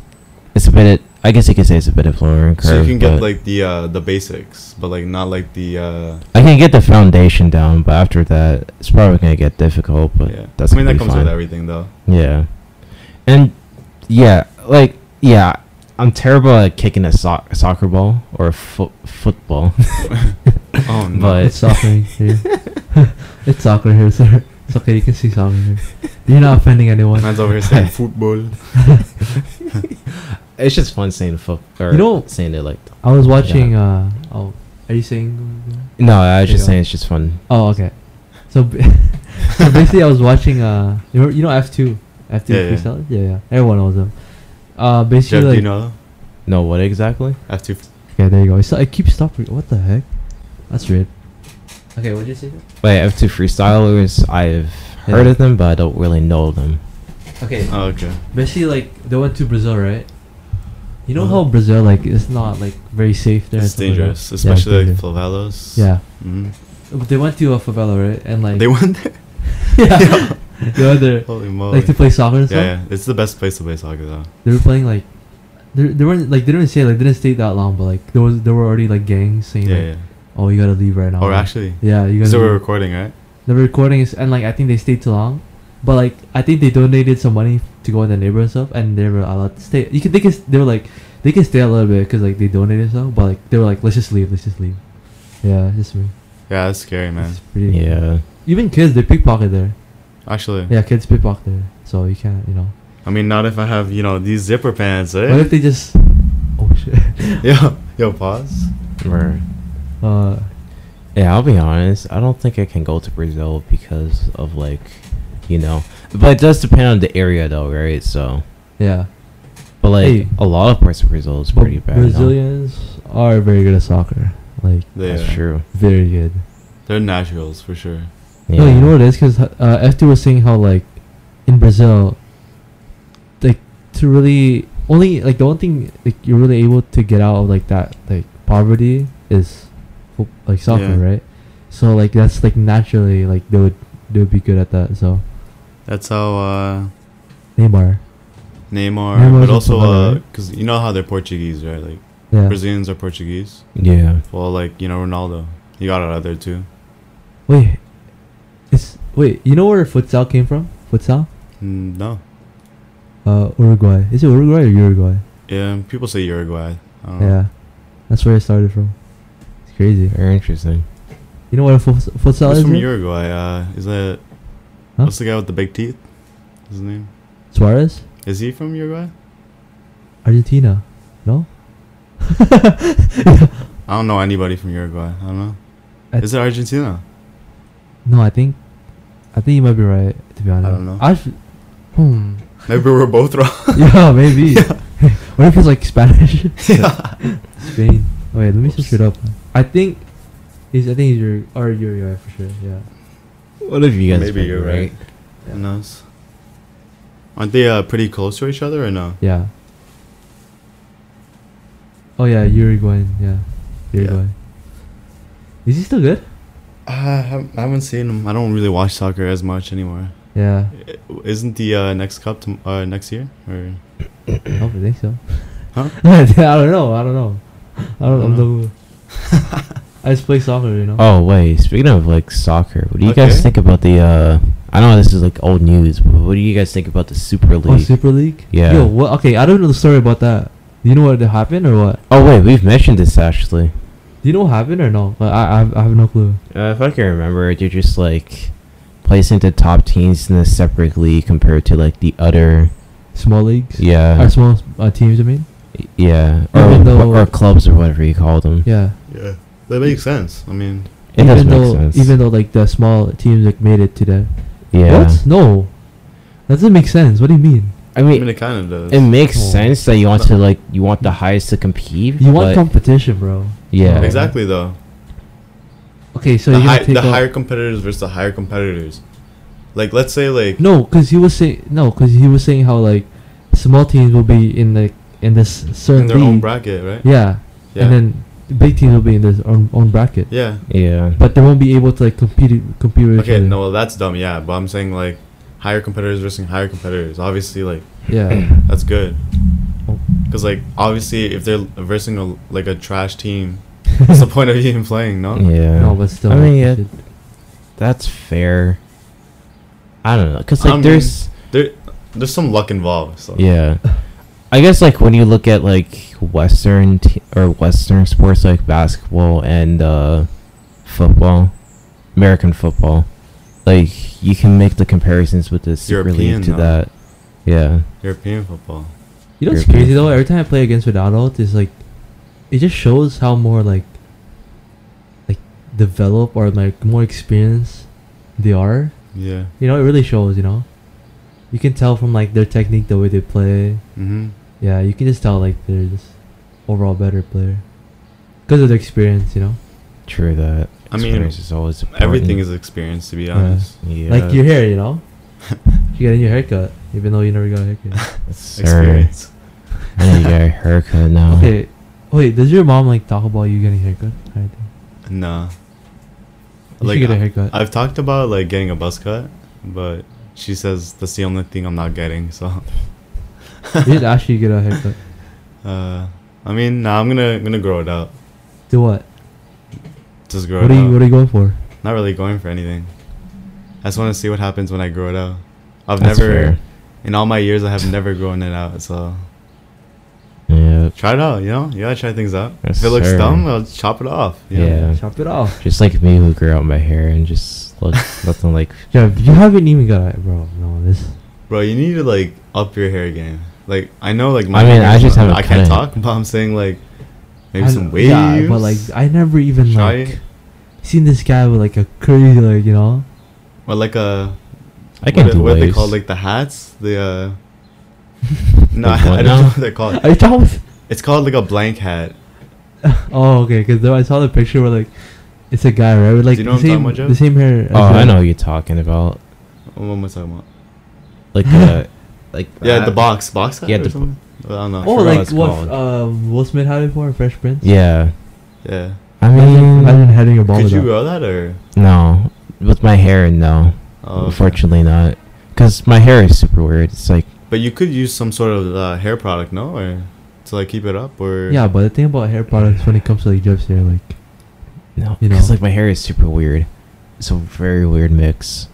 Speaker 1: it's a bit. I guess you could say it's a bit of learning curve.
Speaker 3: so you can get
Speaker 1: but
Speaker 3: like the uh, the basics, but like not like the uh,
Speaker 1: I can get the foundation down, but after that, it's probably gonna get difficult. But
Speaker 3: yeah.
Speaker 1: that's
Speaker 3: I mean, that
Speaker 1: gonna be
Speaker 3: comes
Speaker 1: fine.
Speaker 3: with everything, though.
Speaker 1: Yeah, and yeah, like yeah, I'm terrible at kicking a so- soccer ball or a fo- football. (laughs)
Speaker 3: Oh no.
Speaker 1: But-
Speaker 2: It's soccer
Speaker 3: (laughs)
Speaker 2: here. (laughs) it's soccer here, sir. It's okay, you can see soccer here. You're not offending anyone.
Speaker 3: (laughs) Man's over here saying football.
Speaker 1: it's just fun saying foot or
Speaker 2: You know-
Speaker 1: saying it like.
Speaker 2: I was watching uh oh are you saying
Speaker 1: No, I was
Speaker 2: There you
Speaker 1: just
Speaker 2: go.
Speaker 1: saying it's just fun.
Speaker 2: Oh okay. So b- (laughs) so basically I was watching uh you know, you know F two. F two
Speaker 3: Yeah, yeah.
Speaker 2: freestyle? Yeah. yeah, Everyone knows them. Uh basically
Speaker 3: Jeff, do
Speaker 2: like
Speaker 3: you know?
Speaker 1: No, what exactly?
Speaker 3: After
Speaker 2: Okay, there you go. It's, I keep stopping what the heck? That's weird. Okay, what did you say?
Speaker 1: Wait, F two freestylers. I've heard
Speaker 2: Yeah.
Speaker 1: of them, but I don't really know them.
Speaker 2: Okay.
Speaker 3: oh, okay.
Speaker 2: Basically, like they went to Brazil, right? You know how
Speaker 3: Uh-huh.
Speaker 2: Brazil like it's not like very safe there. and
Speaker 3: It's
Speaker 2: stuff like that?
Speaker 3: dangerous,
Speaker 2: Yeah, it's
Speaker 3: especially like
Speaker 2: dangerous.
Speaker 3: favelas.
Speaker 2: Yeah,
Speaker 3: Mhm.
Speaker 2: But they went to a favela, right? And like
Speaker 3: They (laughs) went there.
Speaker 2: (laughs) yeah, (laughs) they went there
Speaker 3: Holy moly.
Speaker 2: like to play soccer and
Speaker 3: yeah,
Speaker 2: stuff.
Speaker 3: yeah, it's the best place to play soccer though.
Speaker 2: They were playing like they they weren't like they didn't stay like they didn't stay that long, but like there was there were already like gangs saying
Speaker 3: Yeah,
Speaker 2: like,
Speaker 3: yeah.
Speaker 2: oh you gotta leave right now.
Speaker 3: Or
Speaker 2: like,
Speaker 3: actually,
Speaker 2: yeah, you gotta.
Speaker 3: so we're
Speaker 2: leave.
Speaker 3: recording, right?
Speaker 2: the recording is and like I think they stayed too long, but like I think they donated some money to go in the neighborhood and stuff, and they were allowed to stay. You can they can they were like they can stay a little bit because like they donated stuff, but like they were like let's just leave, let's just leave. Yeah, it's just me.
Speaker 3: Yeah, that's scary, man.
Speaker 2: It's pretty.
Speaker 1: Yeah,
Speaker 2: Even kids they pickpocket there.
Speaker 3: Actually,
Speaker 2: Yeah, kids pickpocket there, so you can't you know.
Speaker 3: I mean, not if I have you know these zipper pants,
Speaker 2: What
Speaker 3: eh?
Speaker 2: if they just? Oh shit. (laughs)
Speaker 3: (laughs) yo, yo, pause.
Speaker 1: Or-
Speaker 2: Uh,
Speaker 1: yeah. I'll be honest. I don't think I can go to Brazil because of like, you know. But it does depend on the area, though, right? So,
Speaker 2: yeah.
Speaker 1: but like
Speaker 2: Hey.
Speaker 1: a lot of parts of Brazil is
Speaker 2: But
Speaker 1: pretty bad. Brazilian.
Speaker 2: Brazilians are very good at soccer. Like
Speaker 3: They
Speaker 1: That's
Speaker 3: are.
Speaker 1: true.
Speaker 2: very good.
Speaker 3: They're naturals for sure.
Speaker 1: Yeah.
Speaker 2: No, you know what it is? Because uh, F2 was saying how, like, in Brazil, like, to really only, like, the one thing, like, you're really able to get out of, like, that, like, poverty is, fo- like, soccer,
Speaker 3: Yeah.
Speaker 2: right? So, like, that's, like, naturally, like, they would they would be good at that. So
Speaker 3: That's how uh,
Speaker 2: Neymar,
Speaker 3: Neymar,
Speaker 2: Neymar's
Speaker 3: but
Speaker 2: in Portugal,
Speaker 3: also
Speaker 2: right?
Speaker 3: because you know how they're Portuguese, right? Like
Speaker 2: yeah.
Speaker 3: Brazilians are Portuguese.
Speaker 1: Yeah.
Speaker 3: Well, like you know Ronaldo, he got it out there too.
Speaker 2: Wait, it's wait. You know where futsal came from? Futsal,
Speaker 3: Mm, no,
Speaker 2: uh, Uruguay. Is it Uruguay or Uruguay?
Speaker 3: yeah, people say Uruguay. Um, I don't know.
Speaker 2: Yeah, that's where it started from. It's crazy.
Speaker 1: Very interesting.
Speaker 2: You know what a fut- futsal
Speaker 3: Who's
Speaker 2: is?
Speaker 3: from
Speaker 2: Nick?
Speaker 3: Uruguay? Uh, is that
Speaker 2: Huh?
Speaker 3: what's the guy with the big teeth? What's His name
Speaker 2: Suarez,
Speaker 3: is he from Uruguay?
Speaker 2: Argentina. No,
Speaker 3: I don't know anybody from Uruguay. I don't know.
Speaker 2: I-
Speaker 3: is it Argentina?
Speaker 2: no. I think, I think you might be right. To be honest,
Speaker 3: don't know.
Speaker 2: I f-
Speaker 3: (laughs)
Speaker 2: hmm.
Speaker 3: Maybe we're both wrong.
Speaker 2: yeah, maybe. (laughs) what if it's like
Speaker 3: (laughs)
Speaker 2: Spanish? (laughs) Spain. Oh, wait, let me switch
Speaker 3: Oops.
Speaker 2: it up. I think, he's. I think he's your or Uruguay for sure. Yeah.
Speaker 1: What if you guys?
Speaker 3: Maybe
Speaker 1: been,
Speaker 3: you're right.
Speaker 2: (laughs) Yeah.
Speaker 3: Who knows? Aren't they uh, pretty close to each other or no?
Speaker 2: Yeah. Oh yeah, Uruguayan. Yeah,
Speaker 3: Yeah.
Speaker 2: Uruguay. Is he still good?
Speaker 3: Uh, I haven't- I haven't seen them. I don't really watch soccer as much anymore.
Speaker 2: Yeah,
Speaker 3: I- Isn't the uh, next cup tom- uh, next year? Or
Speaker 2: I don't think Oh, so.
Speaker 3: Huh?
Speaker 2: (laughs) I don't know. I don't know. I don't,
Speaker 3: don't
Speaker 2: I'm know. (laughs) I just play soccer, you know.
Speaker 1: Oh wait, speaking of like soccer, what do you
Speaker 3: Okay.
Speaker 1: guys think about the? uh I know this is like old news, but what do you guys think about the Super
Speaker 2: Oh,
Speaker 1: League?
Speaker 2: Super League.
Speaker 1: Yeah.
Speaker 2: Yo, what? Okay, I don't know the story about that. Do you know what happened or what?
Speaker 1: oh wait, we've mentioned this actually.
Speaker 2: Do you know what happened or no? Like, I I have, I have no clue.
Speaker 1: Uh, if I can remember, they're just like placing the top teams in a separate league compared to like the other.
Speaker 2: Small leagues.
Speaker 1: Yeah,
Speaker 2: Or small uh, teams, I mean.
Speaker 1: yeah, or,
Speaker 2: Even though-
Speaker 1: or clubs or whatever you call them.
Speaker 2: Yeah.
Speaker 3: yeah, that makes sense. I mean,
Speaker 1: Mm. It does
Speaker 2: even
Speaker 1: make
Speaker 2: though
Speaker 1: sense.
Speaker 2: even though like the small teams like made it to the
Speaker 1: yeah,
Speaker 2: What? No. That doesn't make sense. What do you mean?
Speaker 1: I
Speaker 3: I
Speaker 1: mean,
Speaker 3: mean it kind of does.
Speaker 1: it makes
Speaker 2: Oh.
Speaker 1: sense that you want to
Speaker 3: No.
Speaker 1: like you want the highest to compete.
Speaker 2: You want Oh.
Speaker 1: but-
Speaker 2: competition, bro.
Speaker 1: yeah,
Speaker 3: exactly though.
Speaker 2: Okay, so
Speaker 3: the
Speaker 2: you're
Speaker 3: hi-
Speaker 2: gonna take
Speaker 3: the
Speaker 2: out-
Speaker 3: higher competitors versus the higher competitors. Like let's say like
Speaker 2: No, because he was saying no, because he was saying how like small teams will be in the in this certain
Speaker 3: in their own
Speaker 2: league.
Speaker 3: bracket, right?
Speaker 2: yeah.
Speaker 3: Yeah.
Speaker 2: and then the big teams will be in their own, own bracket,
Speaker 3: yeah.
Speaker 1: Yeah,
Speaker 2: but they won't be able to like compete compete with each
Speaker 3: Okay,
Speaker 2: other.
Speaker 3: no, well, that's dumb. Yeah, but I'm saying like higher competitors versus higher competitors. Obviously, like
Speaker 2: Yeah,
Speaker 3: (clears throat) that's good.
Speaker 2: Oh.
Speaker 3: Because like obviously, if they're versing a, like a trash team, (laughs) what's the point of even playing? No.
Speaker 1: yeah.
Speaker 2: no, but still.
Speaker 1: I mean, yeah,
Speaker 2: it-
Speaker 1: That's fair. I don't know, cause like
Speaker 3: I
Speaker 1: there's
Speaker 3: There, there's some luck involved. So.
Speaker 1: yeah. I guess like when you look at like Western t- or Western sports like basketball and uh, football, American football, like you can make the comparisons with the Super
Speaker 3: European,
Speaker 1: League to
Speaker 3: though.
Speaker 1: that. Yeah,
Speaker 3: European football.
Speaker 2: You know what's
Speaker 1: European
Speaker 2: crazy though?
Speaker 1: team.
Speaker 2: Every time I play against Ronaldo, it's like it just shows how more like like developed or like more experienced they are.
Speaker 3: Yeah.
Speaker 2: You know, it really shows. You know, you can tell from like their technique, the way they play.
Speaker 3: Mhm.
Speaker 2: Yeah, you can just tell like they're just overall better player because of their experience. You know,
Speaker 1: true that.
Speaker 3: I mean,
Speaker 1: Experience is always
Speaker 3: Everything
Speaker 1: important.
Speaker 3: is experience, to be
Speaker 2: Yeah.
Speaker 3: honest.
Speaker 1: yeah,
Speaker 2: like your hair. You
Speaker 3: (laughs)
Speaker 2: know, you getting your haircut, even though you never got a
Speaker 3: (laughs)
Speaker 2: haircut.
Speaker 1: yes, sir.
Speaker 3: Experience.
Speaker 1: I need to get a haircut now.
Speaker 2: (laughs)
Speaker 3: Oh.
Speaker 2: okay, wait, does your mom like talk about you getting a haircut? I think
Speaker 3: Nah.
Speaker 2: you
Speaker 3: Like,
Speaker 2: should get a
Speaker 3: I-
Speaker 2: haircut.
Speaker 3: (laughs) I've talked about like getting a buzz cut, but she says that's the only thing I'm not getting. So,
Speaker 2: you should actually get a haircut.
Speaker 3: uh, I mean, nah, I'm gonna gonna grow it out.
Speaker 2: Do
Speaker 3: (laughs)
Speaker 2: what?
Speaker 3: Just grow
Speaker 2: What
Speaker 3: it
Speaker 2: are
Speaker 3: out.
Speaker 2: you What are you going for?
Speaker 3: not really going for anything. I just want to see what happens when I grow it out. I've
Speaker 1: That's
Speaker 3: never,
Speaker 1: fair.
Speaker 3: in all my years, I have never grown it out. So
Speaker 1: Yeah,
Speaker 3: try it out. You know, you gotta try things out.
Speaker 1: Yes,
Speaker 3: if it looks
Speaker 1: sir.
Speaker 3: dumb, I'll chop it off. you know?
Speaker 1: Yeah.
Speaker 2: Chop it off.
Speaker 1: just like me who grew out my hair and just
Speaker 3: (laughs)
Speaker 1: look nothing like
Speaker 2: Yeah, you haven't even got it, bro. No, this.
Speaker 3: Bro, you need to like up your hair game. Like I know, like my
Speaker 1: I mean, I
Speaker 3: hair's
Speaker 1: just
Speaker 3: not-
Speaker 1: haven't
Speaker 3: I can't
Speaker 1: cut
Speaker 3: talk, but I'm saying like maybe
Speaker 2: I
Speaker 3: some
Speaker 2: don't-
Speaker 3: waves.
Speaker 2: Yeah, but like I never even
Speaker 3: Try
Speaker 2: like
Speaker 3: it.
Speaker 2: seen this guy with like a crazy like you know.
Speaker 3: or like a
Speaker 1: I can
Speaker 3: what,
Speaker 1: do
Speaker 3: what are they
Speaker 1: waves.
Speaker 3: call like the hats? The
Speaker 1: (laughs)
Speaker 3: uh, no,
Speaker 1: Like what
Speaker 3: I don't
Speaker 1: now?
Speaker 3: know what they're called.
Speaker 2: Are you talking? With
Speaker 3: It's called like a blank hat.
Speaker 2: oh, okay. Because I saw the picture where like it's a guy right with like
Speaker 3: you
Speaker 2: the
Speaker 3: know what I'm
Speaker 2: same
Speaker 3: talking about,
Speaker 2: the
Speaker 3: Joe?
Speaker 2: same hair. as
Speaker 1: Oh, I
Speaker 3: uh-huh.
Speaker 2: you.
Speaker 1: know what you're talking about.
Speaker 3: What am I talking about?
Speaker 1: Like
Speaker 2: (laughs)
Speaker 1: the like
Speaker 3: Yeah,
Speaker 1: that.
Speaker 3: the box, box hat.
Speaker 1: Yeah,
Speaker 3: or
Speaker 1: the bo-
Speaker 3: something? I don't know.
Speaker 2: Oh,
Speaker 1: forgot what
Speaker 2: like
Speaker 1: it's
Speaker 2: what
Speaker 1: called.
Speaker 2: um, Will Smith had it for Fresh Prince.
Speaker 1: Yeah, Mm.
Speaker 3: Yeah.
Speaker 1: I
Speaker 2: Imagine,
Speaker 1: mean,
Speaker 2: imagine having a ball
Speaker 3: Could
Speaker 2: with
Speaker 3: you
Speaker 2: that.
Speaker 3: grow that or?
Speaker 1: no, with my hair, no.
Speaker 3: Oh, Oh, okay.
Speaker 1: Unfortunately, not because my hair is super weird. It's like
Speaker 3: But you could use some sort of uh, hair product, no, or to like keep it up, or
Speaker 2: Yeah, but the thing about hair products when it comes to like Jeff's hair, like
Speaker 1: no,
Speaker 2: You
Speaker 1: because
Speaker 2: know.
Speaker 1: like my hair is super weird. It's a very weird mix.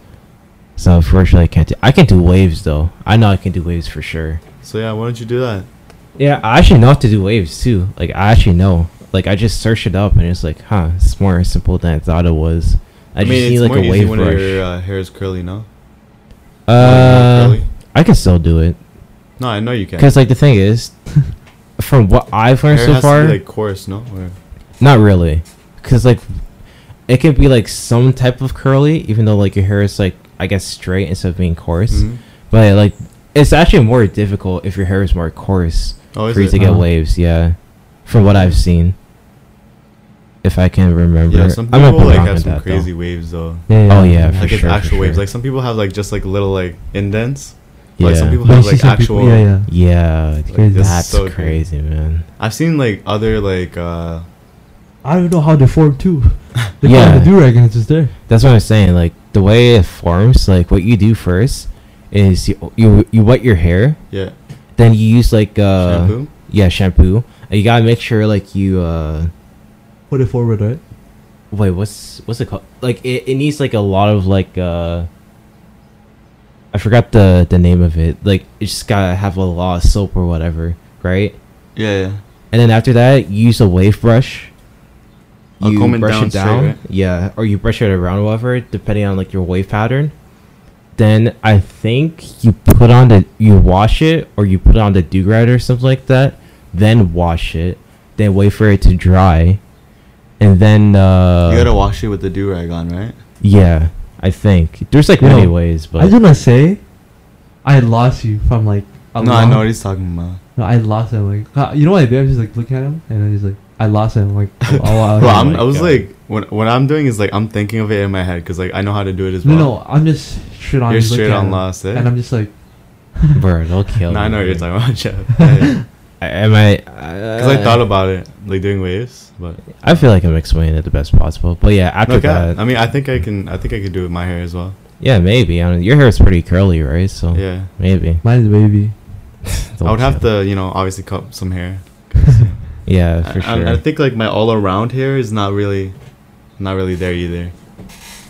Speaker 1: So unfortunately, I can't do. I can do waves though. I know I can do waves for sure.
Speaker 3: So yeah, why don't you do that?
Speaker 1: Yeah, I actually know how to do waves too. Like I actually know. Like I just searched it up and it's like, huh, it's more simple than I thought it was. I, just need like a wave
Speaker 3: when
Speaker 1: brush.
Speaker 3: your uh, hair is curly, no.
Speaker 1: uh,
Speaker 3: curly?
Speaker 1: I can still do it
Speaker 3: No, I know you can.
Speaker 1: because like the thing is, (laughs) from what I've learned
Speaker 3: Hair
Speaker 1: so
Speaker 3: has to be,
Speaker 1: far,
Speaker 3: like coarse, no. Or,
Speaker 1: not really, because like it could be like some type of curly, even though like your hair is like I guess straight instead of being coarse.
Speaker 3: Mhm.
Speaker 1: But like it's actually more difficult if your hair is more coarse
Speaker 3: Oh, is
Speaker 1: for you
Speaker 3: it?
Speaker 1: to get
Speaker 2: Oh.
Speaker 1: waves. Yeah, from what I've seen, if I can remember,
Speaker 3: Yeah, some
Speaker 1: I might
Speaker 3: people
Speaker 1: be
Speaker 3: like
Speaker 1: wrong
Speaker 3: have
Speaker 1: with
Speaker 3: some
Speaker 1: that,
Speaker 3: crazy
Speaker 1: Though.
Speaker 3: waves though.
Speaker 2: yeah,
Speaker 1: Oh, yeah, for
Speaker 3: like it's
Speaker 1: sure, for
Speaker 3: actual waves.
Speaker 1: sure.
Speaker 3: Like some people have like just like little like indents.
Speaker 1: Yeah,
Speaker 3: Like some people
Speaker 2: But you
Speaker 3: have
Speaker 2: see
Speaker 3: like
Speaker 2: some
Speaker 3: actual.
Speaker 2: people, yeah, yeah.
Speaker 1: yeah,
Speaker 2: Like, this is
Speaker 1: that's
Speaker 3: so
Speaker 1: crazy, man.
Speaker 3: I've seen like other like uh
Speaker 2: I don't know how they
Speaker 1: (laughs)
Speaker 2: form too. They
Speaker 1: Yeah.
Speaker 2: yeah. the do rag and it's just there.
Speaker 1: That's what I'm saying. Like the way it forms, like what you do first is you you, you wet your hair,
Speaker 3: yeah
Speaker 1: then you use like uh
Speaker 3: shampoo.
Speaker 1: yeah shampoo. And you gotta make sure like you uh
Speaker 2: Put it forward, right?
Speaker 1: wait what's what's it called? Like it, it needs like a lot of like uh I forgot the the name of it. Like you just gotta have a lot of soap or whatever, right?
Speaker 3: Yeah, yeah.
Speaker 1: And then after that, you use a wave brush.
Speaker 3: I'll
Speaker 1: You
Speaker 3: comb it
Speaker 1: brush
Speaker 3: down
Speaker 1: it
Speaker 3: straight,
Speaker 1: down,
Speaker 3: right?
Speaker 1: yeah, or you brush it around, whatever, depending on like your wave pattern. Then I think you put on the you wash it, or you put on the do rag or something like that. Then wash it, then wait for it to dry, and then uh,
Speaker 3: you gotta wash it with the do rag on, right?
Speaker 1: yeah, I think there's like
Speaker 2: You
Speaker 1: many
Speaker 2: know,
Speaker 1: ways,
Speaker 2: I
Speaker 1: but (laughs)
Speaker 2: do not say. I lost you from like. a
Speaker 3: no, I
Speaker 2: long-
Speaker 3: know what he's talking about.
Speaker 2: No, I lost him. Like, huh, you know what I did? I was just like looking at him, and then he's like, I lost him.
Speaker 3: (laughs)
Speaker 2: Like, oh, wow.
Speaker 3: Bro, I'm,
Speaker 1: my
Speaker 3: I was
Speaker 1: God.
Speaker 3: like, what, what I'm doing is like I'm thinking of it in my head because like I know how to do it as
Speaker 2: no,
Speaker 3: well.
Speaker 2: no, I'm just straight on.
Speaker 3: you're
Speaker 2: just looking
Speaker 3: straight
Speaker 2: at
Speaker 3: on
Speaker 2: him,
Speaker 3: lost, eh?
Speaker 2: and I'm just like,
Speaker 1: bro, they'll kill.
Speaker 3: no, I
Speaker 1: me,
Speaker 3: know what you're
Speaker 1: dude.
Speaker 3: talking about, Jeff. Because
Speaker 1: I- Am
Speaker 3: (laughs)
Speaker 1: I? Because
Speaker 3: I thought about it, like doing waves, but
Speaker 1: I feel like I'm explaining it the best possible, but yeah, after
Speaker 3: okay.
Speaker 1: that,
Speaker 3: I mean, I think I can. I think I could do it with my hair as well.
Speaker 1: Yeah, maybe. I mean, your hair is pretty curly, right? So
Speaker 3: Yeah,
Speaker 1: maybe.
Speaker 2: mine's baby.
Speaker 3: (laughs) I would have to, you know, obviously cut some hair.
Speaker 1: Yeah, for
Speaker 3: I, I-
Speaker 1: sure.
Speaker 3: I think like my all around hair is not really, not really there either.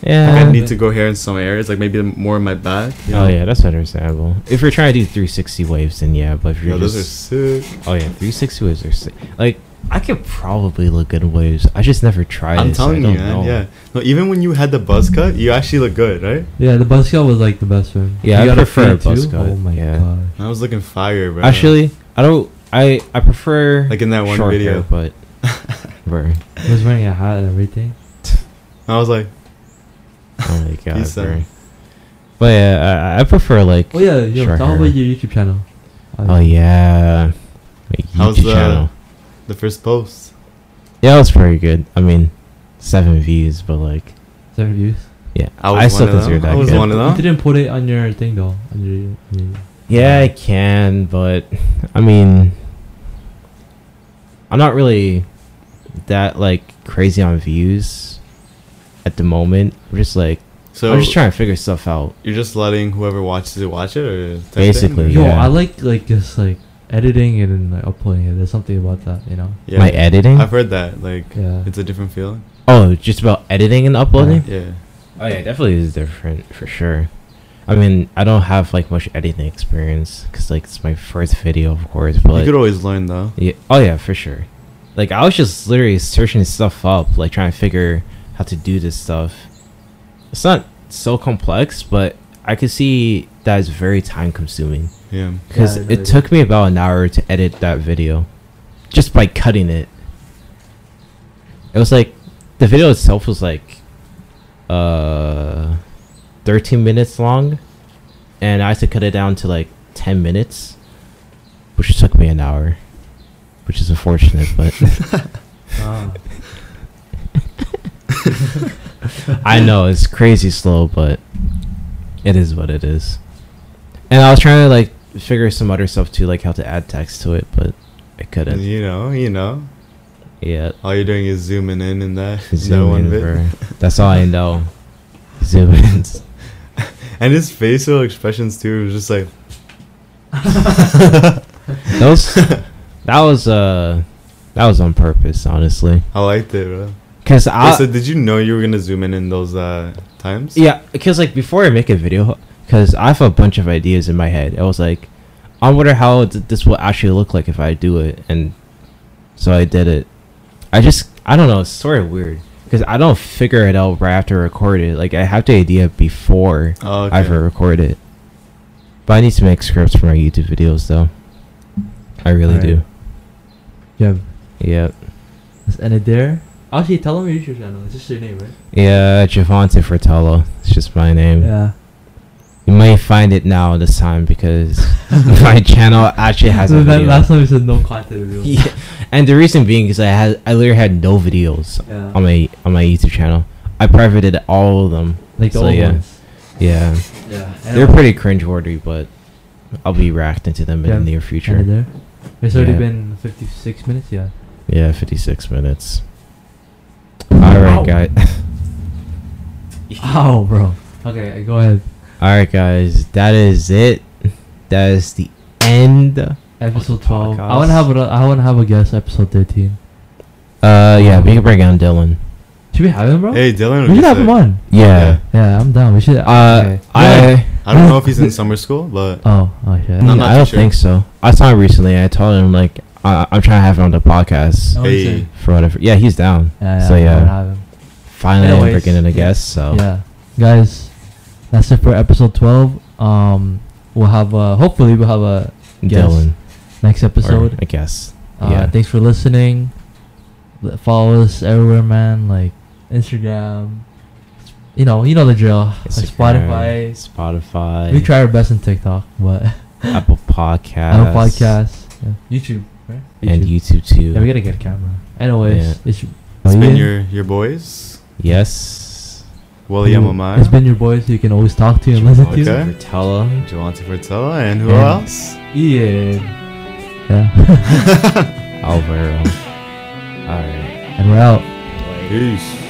Speaker 1: yeah.
Speaker 3: Like, I need to go hair in some areas, like maybe more in my back. you
Speaker 1: Oh
Speaker 3: know?
Speaker 1: yeah, that's understandable. If you're trying to do 360 waves, then yeah. But if you're
Speaker 3: Yo, those are
Speaker 1: just
Speaker 3: sick.
Speaker 1: oh yeah, 360 waves are sick. like I could probably look good in waves. I just never tried.
Speaker 3: I'm
Speaker 1: it, so I
Speaker 3: telling you,
Speaker 1: don't
Speaker 3: man.
Speaker 1: know.
Speaker 3: Yeah. No, even when you had the buzz cut, you actually look good, right?
Speaker 2: Yeah, the buzz cut was like the best one.
Speaker 1: Yeah, I
Speaker 2: got a
Speaker 1: prefer
Speaker 2: fade,
Speaker 1: a buzz
Speaker 2: too?
Speaker 1: cut,
Speaker 2: Oh my
Speaker 1: yeah.
Speaker 2: god.
Speaker 3: I was looking fire, bro.
Speaker 1: Actually, I don't. I I prefer
Speaker 3: Like in that one
Speaker 1: short
Speaker 3: video.
Speaker 1: hair,
Speaker 3: (laughs)
Speaker 1: but bro,
Speaker 2: I was wearing a hat and everything.
Speaker 3: I was like,
Speaker 1: oh my god,
Speaker 3: said-
Speaker 1: bro. But yeah, I, I prefer like.
Speaker 2: Oh yeah, yo,
Speaker 1: Short
Speaker 2: talk
Speaker 1: hair.
Speaker 2: about your YouTube channel.
Speaker 1: Oh yeah, my
Speaker 3: How's
Speaker 1: YouTube
Speaker 3: the-
Speaker 1: channel.
Speaker 3: the first post.
Speaker 1: Yeah, it was pretty good. I mean, seven views, but like,
Speaker 2: seven views. Oh,
Speaker 1: yeah,
Speaker 3: I was
Speaker 1: still
Speaker 3: one of them.
Speaker 1: consider that
Speaker 3: I was
Speaker 1: good.
Speaker 3: one of them.
Speaker 2: You didn't put it on your thing though. On your, on your
Speaker 1: Yeah, I can, but I mean, I'm not really that like crazy on views at the moment. I'm just like,
Speaker 3: So
Speaker 1: I'm just trying to figure stuff out.
Speaker 3: you're just letting whoever watches it watch it, or type in,
Speaker 1: Basically,
Speaker 3: or-
Speaker 2: Yo,
Speaker 1: Yeah.
Speaker 2: I like like just like editing it and like uploading it. There's something about that, you know.
Speaker 3: yeah.
Speaker 1: My editing.
Speaker 3: I've heard that. Like,
Speaker 2: Yeah.
Speaker 3: it's a different feeling.
Speaker 1: oh, just about editing and uploading.
Speaker 3: Yeah.
Speaker 1: Oh yeah, definitely is different for sure. I mean, I don't have like much editing experience because like it's my first video, of course. But
Speaker 3: you could always learn though.
Speaker 1: Yeah. Oh yeah, for sure. Like I was just literally searching stuff up, like trying to figure how to do this stuff. It's not so complex, but I could see that it's very time consuming
Speaker 3: Yeah.
Speaker 1: because
Speaker 2: Yeah, I know
Speaker 1: it
Speaker 2: it
Speaker 1: took me about an hour to edit that video, just by cutting it. It was like the video itself was like, uh, thirteen minutes long, and I had to cut it down to like ten minutes, which took me an hour, which is unfortunate, but
Speaker 2: (laughs)
Speaker 3: Ah.
Speaker 1: I know it's crazy slow, but it is what it is. And I was trying to like figure some other stuff too, like how to add text to it, but I couldn't.
Speaker 3: You know, you know.
Speaker 1: Yeah,
Speaker 3: All you're doing is zooming in and that, (laughs) that
Speaker 1: zoom
Speaker 3: one
Speaker 1: in,
Speaker 3: bit.
Speaker 1: bro. That's all I know. Zoom in.
Speaker 3: and his facial expressions too was just like
Speaker 1: That was that was uh that was on purpose, honestly.
Speaker 3: I liked it, bro.
Speaker 1: Cause
Speaker 2: Ah.
Speaker 3: Wait,
Speaker 1: I
Speaker 3: so did you know you were gonna zoom in in those uh, times?
Speaker 1: yeah, cause like before I make a video, cause I have a bunch of ideas in my head. I was like, I wonder how th- this will actually look like if I do it, and so I did it. I just I don't know. It's sort of weird because I don't figure it out right after I record it. Like I have the idea before
Speaker 3: Oh,
Speaker 1: I ever record it. But I need to make scripts for my YouTube videos though. I really
Speaker 2: Alright.
Speaker 1: do.
Speaker 2: Yeah.
Speaker 1: Yep.
Speaker 2: Let's end it there. Actually, tell them your YouTube channel. It's just your name, right?
Speaker 1: Yeah, Javante Fratello. It's just my name.
Speaker 2: Yeah.
Speaker 1: You may find it now this time because (laughs) (laughs) my channel actually has a
Speaker 2: So that
Speaker 1: video.
Speaker 2: (laughs) last time you said no content
Speaker 1: (laughs)
Speaker 2: review.
Speaker 1: yeah. And the reason being is I had I literally had no videos
Speaker 2: Yeah.
Speaker 1: on my on my YouTube channel. I privated all of them.
Speaker 2: like the
Speaker 1: so,
Speaker 2: old
Speaker 1: yeah.
Speaker 2: ones.
Speaker 1: Yeah,
Speaker 2: Yeah.
Speaker 1: they're pretty cringeworthy, but I'll be racked into them in
Speaker 2: Yeah.
Speaker 1: the near
Speaker 2: End it
Speaker 1: future.
Speaker 2: there. It's already
Speaker 1: Yeah.
Speaker 2: been 56 minutes. (laughs) Yeah.
Speaker 1: Yeah, fifty-six minutes. All right,
Speaker 2: Ow.
Speaker 1: guys.
Speaker 2: Ow, Oh, bro. Okay, go ahead.
Speaker 1: All right, guys. That is it. That is the end. Uh,
Speaker 2: Episode 12. I
Speaker 1: podcast.
Speaker 2: want to have a, I want to have a guest. Episode 13.
Speaker 1: Uh, yeah, we can bring on Dylan.
Speaker 2: Should we have him, bro?
Speaker 3: Hey, Dylan. would
Speaker 2: we
Speaker 3: be
Speaker 2: should have him
Speaker 3: sick.
Speaker 2: on.
Speaker 1: Yeah.
Speaker 2: Yeah, I'm down. We should.
Speaker 1: Uh,
Speaker 2: okay.
Speaker 1: I
Speaker 3: I don't know if
Speaker 2: (laughs)
Speaker 3: he's in summer school, but
Speaker 2: Oh, oh shit.
Speaker 3: No,
Speaker 1: Mm,
Speaker 3: I'm not
Speaker 1: I don't
Speaker 3: too sure.
Speaker 1: think so. I saw him recently. I told him like I, I'm trying to have him on the podcast
Speaker 2: Oh,
Speaker 3: Hey.
Speaker 2: he's in.
Speaker 1: for whatever. Yeah, he's down.
Speaker 2: Yeah,
Speaker 1: So,
Speaker 2: yeah,
Speaker 1: yeah. Oh.
Speaker 2: I wanna have him.
Speaker 1: Finally,
Speaker 2: Anyways,
Speaker 1: I'm bringing in a
Speaker 2: yeah.
Speaker 1: guest. So
Speaker 2: Yeah, guys, that's it for episode twelve. Um, we'll have a, hopefully we'll have a Guest.
Speaker 1: Dylan,
Speaker 2: next
Speaker 1: or,
Speaker 2: episode.
Speaker 1: I guess.
Speaker 2: Uh,
Speaker 1: yeah.
Speaker 2: Thanks for listening. L- Follow us everywhere, man. Like Instagram. You know, you know the drill. Like
Speaker 1: Instagram,
Speaker 2: Spotify.
Speaker 1: Spotify,
Speaker 2: We try our best on TikTok, but (laughs)
Speaker 1: Apple Podcasts,
Speaker 2: Apple Podcasts, yeah. YouTube, right?
Speaker 1: and YouTube too.
Speaker 2: Yeah, we gotta get a camera. Anyways,
Speaker 1: Yeah.
Speaker 2: it's,
Speaker 3: it's
Speaker 2: Ian.
Speaker 3: been your your boys,
Speaker 1: yes.
Speaker 3: William
Speaker 2: Ooh,
Speaker 3: Amaya,
Speaker 2: It's been your boys. You can always talk to and listen to.
Speaker 3: Okay.
Speaker 1: Vertella.
Speaker 3: Javante Fertella, and who
Speaker 2: Yeah.
Speaker 3: else?
Speaker 2: Yeah. Yeah. (laughs)
Speaker 1: Alvaro. All right.
Speaker 2: and we're out.
Speaker 3: Peace.